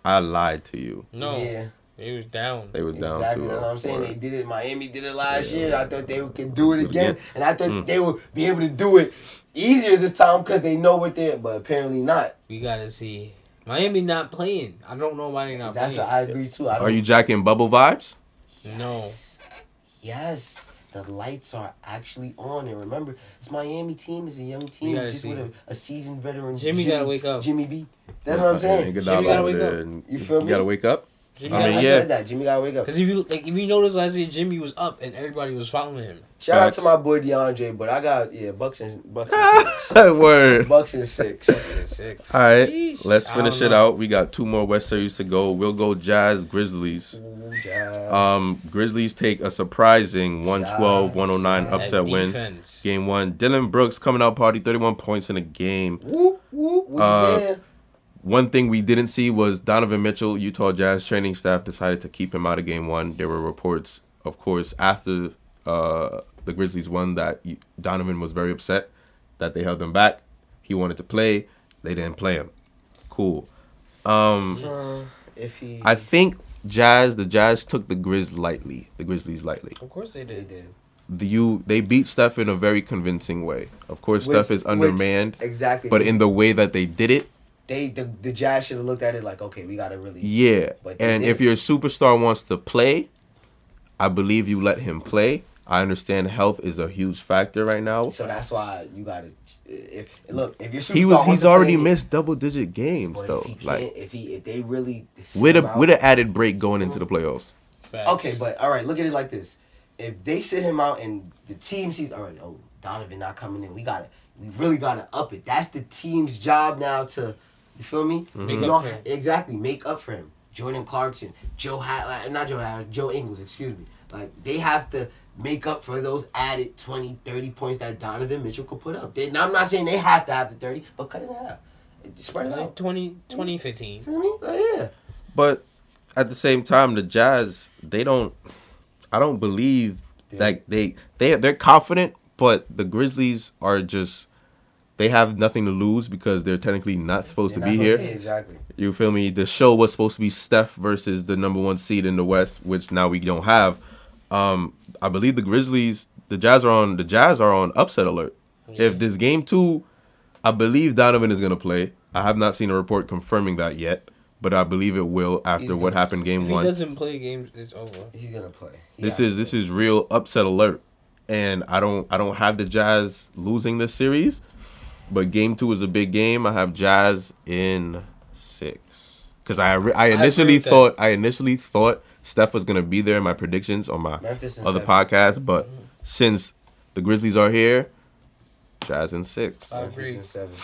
Speaker 1: I lied to you.
Speaker 3: No,
Speaker 2: Yeah,
Speaker 3: he was down.
Speaker 1: They was down
Speaker 2: exactly.
Speaker 1: 2-0.
Speaker 2: That's what I'm saying. They
Speaker 1: Word.
Speaker 2: did it. Miami did it last year. I thought they could do it again,
Speaker 1: again. Mm.
Speaker 2: and I thought they would be able to do it easier this time because they know what they're. But apparently not.
Speaker 3: We gotta see. Miami not playing. I don't know why they not
Speaker 2: That's what
Speaker 3: playing.
Speaker 2: I agree too. I don't,
Speaker 1: Are you jacking bubble vibes?
Speaker 3: No.
Speaker 2: Yes, the lights are actually on. And remember, this Miami team is a young
Speaker 3: We
Speaker 2: team,
Speaker 3: gotta
Speaker 2: just
Speaker 3: see.
Speaker 2: with a, a seasoned veteran.
Speaker 3: Jimmy gotta wake up.
Speaker 2: Jimmy B. That's what I'm saying.
Speaker 1: Nigga
Speaker 3: Jimmy
Speaker 1: Dollar
Speaker 3: gotta
Speaker 1: over
Speaker 3: wake
Speaker 1: there
Speaker 3: up.
Speaker 1: and-
Speaker 2: You feel
Speaker 1: You
Speaker 2: me?
Speaker 1: gotta wake
Speaker 2: <laughs>
Speaker 1: up. <laughs>
Speaker 3: Jimmy
Speaker 1: I mean,
Speaker 2: I
Speaker 1: yeah.
Speaker 2: said that. Jimmy gotta wake up.
Speaker 3: Because if you like, if you notice last year, Jimmy was up and everybody was following him.
Speaker 2: Shout out to
Speaker 1: Facts.
Speaker 2: my boy DeAndre, but I got yeah Bucks and Bucks and six.
Speaker 1: <laughs> Word.
Speaker 2: Bucks and six.
Speaker 3: Six.
Speaker 1: All right,
Speaker 3: Sheesh.
Speaker 1: let's
Speaker 3: I
Speaker 1: finish
Speaker 3: don't
Speaker 1: it
Speaker 3: know.
Speaker 1: out. We got two more West Series to go. We'll go Jazz Grizzlies.
Speaker 2: Ooh, yeah.
Speaker 1: Um, Grizzlies take a surprising 112 109
Speaker 3: That
Speaker 1: upset win.
Speaker 3: defense.
Speaker 1: Game one. Dylan Brooks coming out party, 31 points in a game.
Speaker 2: Whoop whoop. We
Speaker 1: Uh,
Speaker 2: there.
Speaker 1: One thing we didn't see was Donovan Mitchell, Utah Jazz training staff decided to keep him out of game one. There were reports, of course, after uh, the Grizzlies won that you- Donovan was very upset that they held him back. He wanted to play, they didn't play him. Cool. Um,
Speaker 2: Uh, if he,
Speaker 1: I think Jazz, the Jazz took the Grizz lightly, the Grizzlies lightly.
Speaker 3: Of course they
Speaker 2: they
Speaker 3: did.
Speaker 2: did.
Speaker 1: The, you they beat Steph in a very convincing way. Of course,
Speaker 2: Which-
Speaker 1: Steph is undermanned,
Speaker 2: Which, exactly.
Speaker 1: but in the way that they did it,
Speaker 2: they the, the Jazz should have looked at it like okay, we gotta really.
Speaker 1: Yeah.
Speaker 2: But they
Speaker 1: And if
Speaker 2: didn't.
Speaker 1: your superstar wants to play, I believe you let him play. I understand health is a huge factor right now.
Speaker 2: So that's why you gotta. If look, if your superstar
Speaker 1: he was
Speaker 2: wants
Speaker 1: he's
Speaker 2: to
Speaker 1: already
Speaker 2: play,
Speaker 1: missed double digit games
Speaker 2: but
Speaker 1: though.
Speaker 2: If he can't-
Speaker 1: Like
Speaker 2: if he if they really
Speaker 1: with
Speaker 2: him
Speaker 1: a
Speaker 2: out-
Speaker 1: with an added break going into the playoffs.
Speaker 3: Facts.
Speaker 2: okay, but all right, look at it like this: if they sit him out and the team sees all right, oh Donovan not coming in, we gotta we really gotta up it. That's the team's job now to you feel me?
Speaker 3: Make
Speaker 2: You
Speaker 3: up
Speaker 2: know-
Speaker 3: for him.
Speaker 2: exactly make up for him. Jordan Clarkson, Joe Hat, like, not Joe Hat, Joe Ingles, excuse me. Like they have to make up for those added 20, 30 points that Donovan Mitchell could put up. They, now, I'm not saying they have to have the thirty, but cut it in half, spread it
Speaker 3: Like
Speaker 2: out.
Speaker 3: 20, 2015.
Speaker 2: You feel me? Like, yeah.
Speaker 1: But at the same time the Jazz, they don't I don't believe
Speaker 2: They-
Speaker 1: like they they they're confident, but the Grizzlies are just they have nothing to lose because they're technically not supposed
Speaker 2: And
Speaker 1: to be
Speaker 2: that's what
Speaker 1: here.
Speaker 2: I'm saying, Exactly.
Speaker 1: You feel me? The show was supposed to be Steph versus the number one seed in the West, which now we don't have. Um, I believe the Grizzlies, the Jazz are on the Jazz are on upset alert. If this game two, I believe Donovan is gonna play. I have not seen a report confirming that yet, but I believe it will after what happened game
Speaker 3: If he
Speaker 1: one.
Speaker 3: doesn't play games, it's over.
Speaker 2: He's gonna play. He
Speaker 1: This
Speaker 2: has
Speaker 1: is this is real upset alert, and I don't I don't have the Jazz losing this series, but Game Two is a big game. I have Jazz in six because I re- I initially
Speaker 3: with that.
Speaker 1: thought I initially thought Steph was gonna be there in my predictions on my
Speaker 2: Memphis in
Speaker 1: other
Speaker 2: seven. Mm-hmm.
Speaker 1: podcast, but since the Grizzlies are here, Jazz in six.
Speaker 3: I
Speaker 2: Memphis
Speaker 3: agree.
Speaker 2: and seven.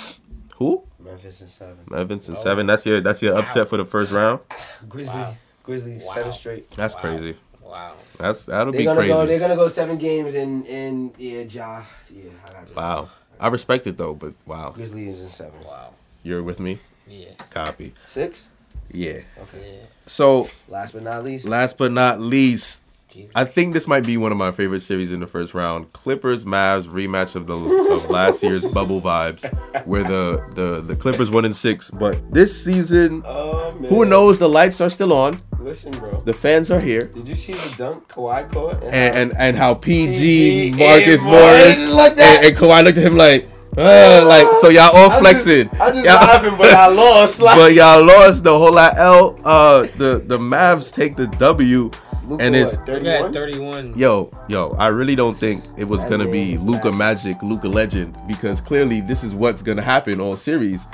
Speaker 1: Who?
Speaker 2: Memphis and seven.
Speaker 1: Memphis in seven. That's your that's your upset for the first round.
Speaker 2: Grizzly.
Speaker 3: Wow.
Speaker 2: Grizzly
Speaker 3: Wow.
Speaker 2: seven straight.
Speaker 1: That's
Speaker 3: Wow.
Speaker 1: crazy.
Speaker 3: Wow.
Speaker 1: That's that'll
Speaker 2: They're
Speaker 1: be
Speaker 2: gonna
Speaker 1: crazy.
Speaker 2: go. They're gonna go seven games and and yeah, Ja. Yeah, I got you.
Speaker 1: Wow. I respect it though, but wow.
Speaker 2: Grizzly is in seven.
Speaker 3: Wow.
Speaker 1: You're with me.
Speaker 3: Yeah.
Speaker 1: Copy.
Speaker 2: Six.
Speaker 1: Yeah.
Speaker 2: Okay.
Speaker 3: Yeah.
Speaker 1: So,
Speaker 2: Last but not least,
Speaker 1: last but not least,
Speaker 3: Jesus.
Speaker 1: I think this might be one of my favorite series in the first round. Clippers Mavs rematch of the of last year's <laughs> bubble vibes, where the the the Clippers one and six, but this season,
Speaker 2: oh, man.
Speaker 1: who knows? The lights are still on.
Speaker 2: Listen, bro.
Speaker 1: The fans are here.
Speaker 2: Did you see the dunk Kawhi caught?
Speaker 1: And, and, and how PG,
Speaker 2: PG
Speaker 1: Marcus
Speaker 2: and
Speaker 1: Morris
Speaker 2: Morris looked at-
Speaker 1: and, and Kawhi looked at him like, uh, like so y'all all
Speaker 2: I'm just-
Speaker 1: flexing.
Speaker 2: I'm just
Speaker 1: Y'all-
Speaker 2: laughing, but I lost.
Speaker 1: <laughs>
Speaker 2: Like,
Speaker 1: but y'all lost the whole IL. Uh, the the Mavs take the W,
Speaker 2: Luka,
Speaker 1: and it's
Speaker 2: what,
Speaker 3: Look
Speaker 2: 31?
Speaker 3: at 31.
Speaker 1: yo yo. I really don't think it was
Speaker 2: That
Speaker 1: gonna be
Speaker 2: man's
Speaker 1: Luca
Speaker 2: magic.
Speaker 1: Magic, Luca Legend, because clearly this is what's gonna happen all series,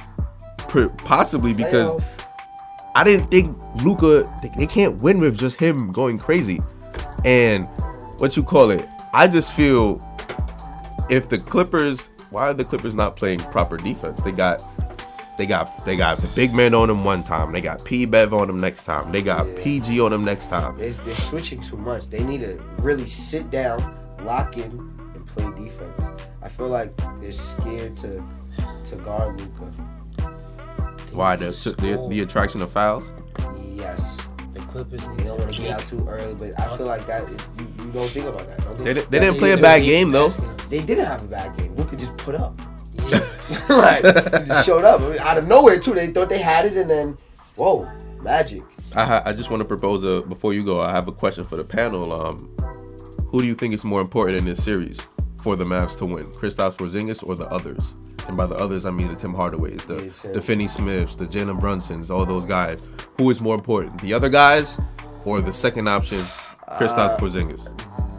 Speaker 1: Pr- possibly because
Speaker 2: Playoff.
Speaker 1: I didn't think Luca they, they can't win with just him going crazy, and what you call it. I just feel if the Clippers, why are the Clippers not playing proper defense? They got they got they got the big man on them one time. They got P Bev on them next time. They got
Speaker 2: Yeah.
Speaker 1: PG on them next time.
Speaker 2: It's, they're switching too much. They need to really sit down, lock in, and play defense. I feel like they're scared to to guard Luca.
Speaker 1: Why the,
Speaker 3: They just
Speaker 1: the
Speaker 3: scored.
Speaker 1: the attraction of fouls?
Speaker 2: Yes,
Speaker 3: The Clippers
Speaker 2: they
Speaker 3: need
Speaker 2: don't want to
Speaker 3: to
Speaker 2: get out too early, but I feel like that is- you, you don't think about that. Don't
Speaker 1: They,
Speaker 2: think-
Speaker 1: di- they didn't
Speaker 3: need
Speaker 1: play a
Speaker 3: to
Speaker 1: bad
Speaker 3: beat
Speaker 1: game though.
Speaker 3: Haskins.
Speaker 1: <laughs>
Speaker 2: They didn't have a bad game. Luca just put up.
Speaker 3: Yeah.
Speaker 2: <laughs> like you just showed up I mean, out of nowhere too. They thought they had it, and then whoa, magic.
Speaker 1: I, ha- I just want to propose a before you go. I have a question for the panel. Um, who do you think is more important in this series for the Mavs to win, Kristaps Porzingis or the others? And by the others, I mean the Tim Hardaways, the
Speaker 2: Yeah, Tim.
Speaker 1: the Finney Smiths, the Jalen Brunsons, all those guys. Who is more important, the other guys or the second option, Kristaps
Speaker 2: Uh,
Speaker 1: Porzingis?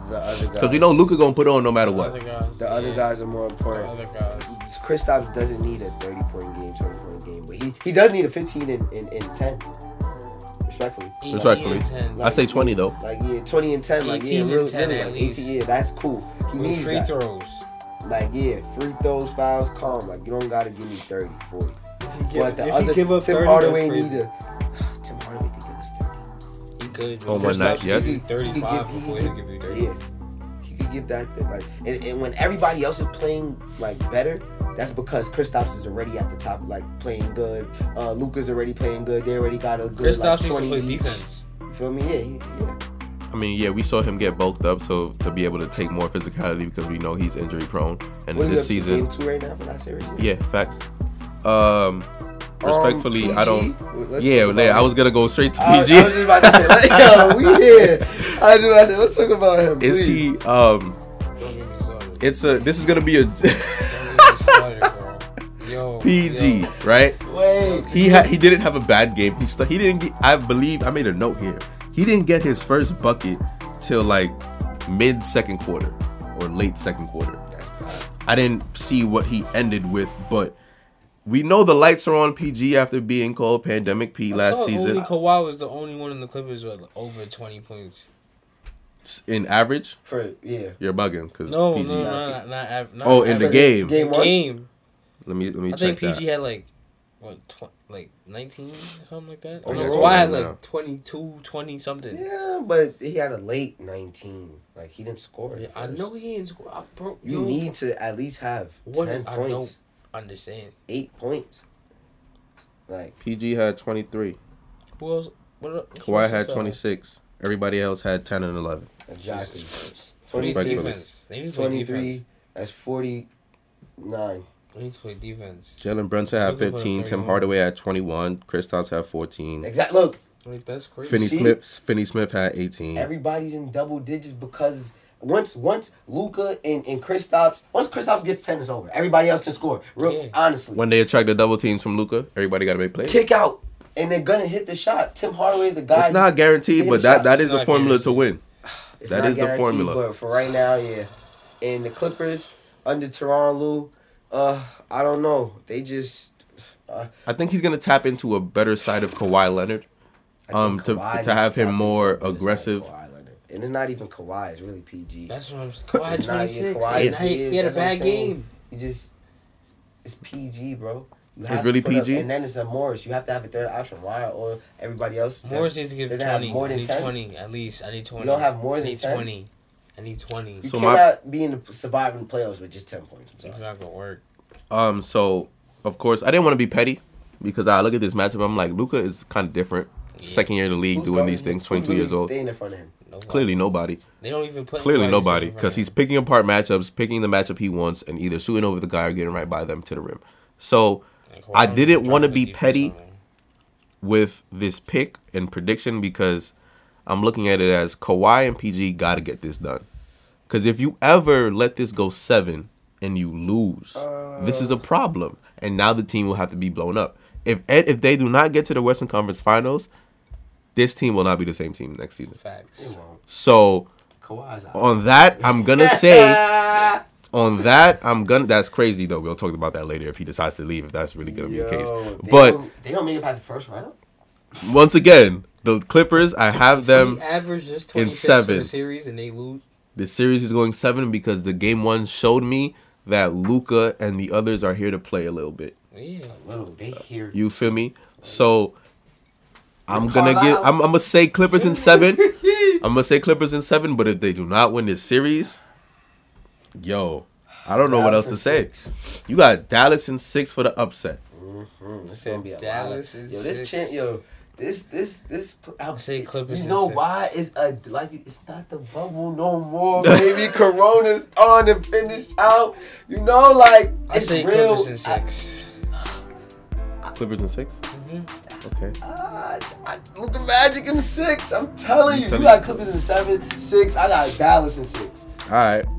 Speaker 2: The other guys.
Speaker 1: Because we know Luca gonna put on no matter what.
Speaker 3: guys.
Speaker 2: the other guys are more
Speaker 3: The
Speaker 2: important.
Speaker 3: other guys.
Speaker 2: Kristaps doesn't need a thirty point game, twenty point game, but he, he does need a fifteen and, and, and ten. Respectfully.
Speaker 3: 18
Speaker 1: Respectfully.
Speaker 3: and 10.
Speaker 1: I say 20 though.
Speaker 2: Like yeah, twenty and ten, like
Speaker 3: 18
Speaker 2: yeah,
Speaker 3: and
Speaker 2: really,
Speaker 3: 10
Speaker 2: really
Speaker 3: at
Speaker 2: like
Speaker 3: least.
Speaker 2: eighteen, yeah, that's cool. He
Speaker 3: With
Speaker 2: needs
Speaker 3: free
Speaker 2: that.
Speaker 3: throws.
Speaker 2: Like yeah, free throws, fouls, calm. Like you don't gotta give me 30, 40. but the other Tim Hardaway need a <sighs> Tim Hardaway could give us thirty.
Speaker 3: He could.
Speaker 1: On Oh, one
Speaker 3: Kristaps
Speaker 1: night,
Speaker 3: could
Speaker 1: yes.
Speaker 3: be
Speaker 2: He could- he could
Speaker 3: 35
Speaker 2: give- he
Speaker 3: before
Speaker 2: could
Speaker 3: he
Speaker 2: give-
Speaker 3: give you 30.
Speaker 2: Yeah, he could give that th- like, and, and when everybody else is playing like better, that's because Kristaps is already at the top, like playing good. Uh, Luca's already playing good. They already got a good
Speaker 3: Kristaps
Speaker 2: like
Speaker 3: needs to
Speaker 2: twenty.
Speaker 3: play
Speaker 2: each.
Speaker 3: defense.
Speaker 2: You feel me? Yeah, he, yeah.
Speaker 1: I mean, yeah, we saw him get bulked up, so to be able to take more physicality because we know he's injury prone, and in
Speaker 2: What are you
Speaker 1: this
Speaker 2: up to,
Speaker 1: season,
Speaker 2: game two right now for that series.
Speaker 1: yeah, facts. Um,
Speaker 2: Um,
Speaker 1: respectfully, I
Speaker 2: PG?
Speaker 1: don't.
Speaker 2: Let's
Speaker 1: yeah,
Speaker 2: talk about
Speaker 1: yeah, I
Speaker 2: him.
Speaker 1: was gonna go straight to
Speaker 2: I, I was
Speaker 1: PG.
Speaker 2: just about to say, like, yo, we here. I was just about to say, let's talk about
Speaker 1: <laughs>
Speaker 2: him.
Speaker 1: Is
Speaker 2: please.
Speaker 1: he? Um,
Speaker 3: Don't get me started.
Speaker 1: it's a. This is gonna be a <laughs>
Speaker 3: Don't get me started, bro. Yo.
Speaker 1: PG,
Speaker 3: yo.
Speaker 1: right?
Speaker 3: Wait.
Speaker 1: He ha- he didn't have a bad game. He stu- he didn't. Get, I believe I made a note here. He didn't get his first bucket till like mid second quarter or late second quarter.
Speaker 2: That's bad.
Speaker 1: I didn't see what he ended with, but we know the lights are on PG after being called Pandemic P last
Speaker 3: I thought
Speaker 1: season
Speaker 3: Only Kawhi was the only one in the Clippers with over 20 points.
Speaker 1: in average.
Speaker 2: For yeah,
Speaker 1: You're bugging because
Speaker 3: No,
Speaker 1: PG.
Speaker 3: no, no, not, not, av- not
Speaker 1: Oh, in the
Speaker 2: For
Speaker 3: average.
Speaker 1: game.
Speaker 2: game one.
Speaker 3: Game.
Speaker 1: Let me let me
Speaker 3: I
Speaker 1: check
Speaker 3: think PG
Speaker 1: that.
Speaker 3: had like what tw- like 19 or something like that.
Speaker 1: I
Speaker 3: Oh, no,
Speaker 1: got you
Speaker 3: Kawhi had
Speaker 1: right
Speaker 3: like
Speaker 1: now.
Speaker 3: 22, 20 something.
Speaker 2: Yeah, but he had a late 19. Like, he didn't score. at
Speaker 3: Yeah, I
Speaker 2: first.
Speaker 3: know he ain't score. I broke.
Speaker 2: You need to at least have
Speaker 3: what
Speaker 2: 10
Speaker 3: I
Speaker 2: points,
Speaker 3: don't understand.
Speaker 2: 8 points. Like,
Speaker 1: PG had 23.
Speaker 3: Who else? What? el- who's
Speaker 1: Kawhi
Speaker 3: else
Speaker 1: had
Speaker 3: is, uh,
Speaker 1: 26. Everybody else had 10 and 11.
Speaker 2: exactly.
Speaker 3: They need to play
Speaker 2: 26,
Speaker 3: defense. They need to play
Speaker 2: 23,
Speaker 3: defense.
Speaker 2: that's 49.
Speaker 3: They need to play defense.
Speaker 1: Jalen Brunson had
Speaker 3: Look at what
Speaker 1: 15. Tim
Speaker 3: 31.
Speaker 1: Hardaway had 21. Kristaps had 14.
Speaker 2: Exact. Look,
Speaker 3: Like that's crazy.
Speaker 1: Finney
Speaker 2: See?
Speaker 1: Smith. Finney Smith had 18.
Speaker 2: everybody's in double digits because once once Luca and, and Kristaps, once Kristaps gets 10 is over. Everybody else can score. Real,
Speaker 3: Yeah.
Speaker 2: honestly.
Speaker 1: When they attract the double teams from Luca, everybody got to make plays.
Speaker 2: Kick out. And they're gonna hit the shot. Tim Hardaway is the guy.
Speaker 1: It's not guaranteed,
Speaker 2: Hit
Speaker 1: but
Speaker 2: the
Speaker 1: that
Speaker 2: shot.
Speaker 1: that
Speaker 3: It's
Speaker 1: is the
Speaker 3: not
Speaker 1: formula to
Speaker 3: guaranteed.
Speaker 1: win.
Speaker 2: It's
Speaker 1: That
Speaker 2: not
Speaker 1: is the
Speaker 2: guaranteed,
Speaker 1: formula.
Speaker 2: But for right now, yeah. And the Clippers under Teron Lou, uh, I don't know. They just uh,
Speaker 1: I think he's gonna tap into a better side of Kawhi Leonard.
Speaker 2: I
Speaker 1: Um,
Speaker 2: think
Speaker 1: to-
Speaker 2: Kawhi
Speaker 1: to
Speaker 2: needs
Speaker 1: have him
Speaker 2: tap into
Speaker 1: more
Speaker 2: the other side of
Speaker 1: aggressive.
Speaker 2: Kawhi Leonard. And it's not even Kawhi. It's really PG.
Speaker 3: That's what
Speaker 2: <laughs>
Speaker 3: I'm saying. Kawhi had
Speaker 2: It's not
Speaker 3: 26.
Speaker 2: Kawhi,
Speaker 3: and he,
Speaker 2: yeah,
Speaker 3: he had a
Speaker 2: that's what I'm
Speaker 3: bad
Speaker 2: saying.
Speaker 3: game.
Speaker 2: You just it's PG, bro. You
Speaker 1: It's
Speaker 2: have to
Speaker 1: really
Speaker 2: put up-
Speaker 1: PG?
Speaker 2: and then it's a Morris. You have to have a third option. Why or everybody else? that
Speaker 3: Morris needs to give
Speaker 2: doesn't have
Speaker 3: 20.
Speaker 2: More
Speaker 3: I
Speaker 2: than
Speaker 3: need
Speaker 2: 10?
Speaker 3: 20 at least. I need 20.
Speaker 2: don't have more
Speaker 3: I
Speaker 2: than
Speaker 3: need
Speaker 2: 10?
Speaker 3: 20. I need 20.
Speaker 2: You
Speaker 1: So my-
Speaker 2: cannot be in the surviving playoffs with just ten points. I'm sorry.
Speaker 3: It's not gonna work.
Speaker 1: Um, so of course I didn't want to be petty because I look at this matchup. I'm like Luca is kind of different.
Speaker 3: Yeah.
Speaker 1: Second year in the league,
Speaker 2: Who's
Speaker 1: doing
Speaker 2: guarding
Speaker 1: these
Speaker 2: him?
Speaker 1: things.
Speaker 2: Who's
Speaker 1: 22 years
Speaker 2: really
Speaker 1: old.
Speaker 2: Staying in front of him.
Speaker 3: Nobody.
Speaker 1: Clearly nobody.
Speaker 3: They don't even put.
Speaker 1: Clearly
Speaker 3: anybody
Speaker 1: nobody
Speaker 3: in
Speaker 1: because he's
Speaker 3: front
Speaker 1: picking apart matchups, picking the matchup he wants, and either shooting over the guy or getting right by them to the rim. So
Speaker 3: of him.
Speaker 1: I
Speaker 3: Kawhi
Speaker 1: didn't
Speaker 3: trying
Speaker 1: wanna
Speaker 3: put
Speaker 1: be
Speaker 3: defense
Speaker 1: petty.
Speaker 3: on him.
Speaker 1: with this pick and prediction because I'm looking at it as Kawhi and PG got to get this done. Because if you ever let this go seven and you lose, this is a problem. And now the team will have to be blown up. If Ed, if they do not get to the Western Conference Finals, this team will not be the same team next season.
Speaker 3: Facts.
Speaker 1: So
Speaker 2: Kawhi's out.
Speaker 1: on that, Oh, I'm
Speaker 2: <laughs>
Speaker 1: gonna say on that I'm gonna. That's crazy though. We'll talk about that later if he decides to leave. If that's really gonna be the case.
Speaker 2: They
Speaker 1: But
Speaker 2: don't, they don't make it past the first round.
Speaker 1: once again, the Clippers, I have them.
Speaker 3: He averaged just 20 picks
Speaker 1: seven.
Speaker 3: for the series and they lose.
Speaker 1: the series is going seven because the game one showed me that Luca and the others are here to play a little bit.
Speaker 3: Yeah.
Speaker 2: Little, they here.
Speaker 1: You feel me? So I'm
Speaker 2: You're
Speaker 1: gonna get.
Speaker 2: Carlisle.
Speaker 1: I'm, I'm gonna say Clippers in
Speaker 2: <laughs>
Speaker 1: seven. <laughs> I'm gonna say Clippers in seven. But if they do not win this series, yo, I don't know what else to
Speaker 2: Dallas
Speaker 1: say.
Speaker 2: in
Speaker 1: You got Dallas in six for the upset.
Speaker 2: Mhm, It's
Speaker 3: Said
Speaker 2: gonna be a
Speaker 3: Dallas
Speaker 2: lot.
Speaker 3: in
Speaker 2: Of, yo, this
Speaker 3: six.
Speaker 2: chan- yo, This this this. I
Speaker 3: say Clippers
Speaker 2: You
Speaker 3: in
Speaker 2: know
Speaker 3: six.
Speaker 2: why? It's a like it's not the bubble no
Speaker 1: <laughs>
Speaker 2: more, baby. Corona's on to finish out. You know, like
Speaker 3: I
Speaker 2: it's
Speaker 3: say
Speaker 2: real.
Speaker 3: Clippers in six.
Speaker 1: Clippers and six.
Speaker 2: Mm-hmm.
Speaker 1: Okay.
Speaker 2: I, I, I, look at Magic in six. I'm telling
Speaker 1: I'm
Speaker 2: you, you
Speaker 1: telling
Speaker 2: got
Speaker 1: you.
Speaker 2: Clippers in seven, six. I got Dallas in six.
Speaker 1: All right.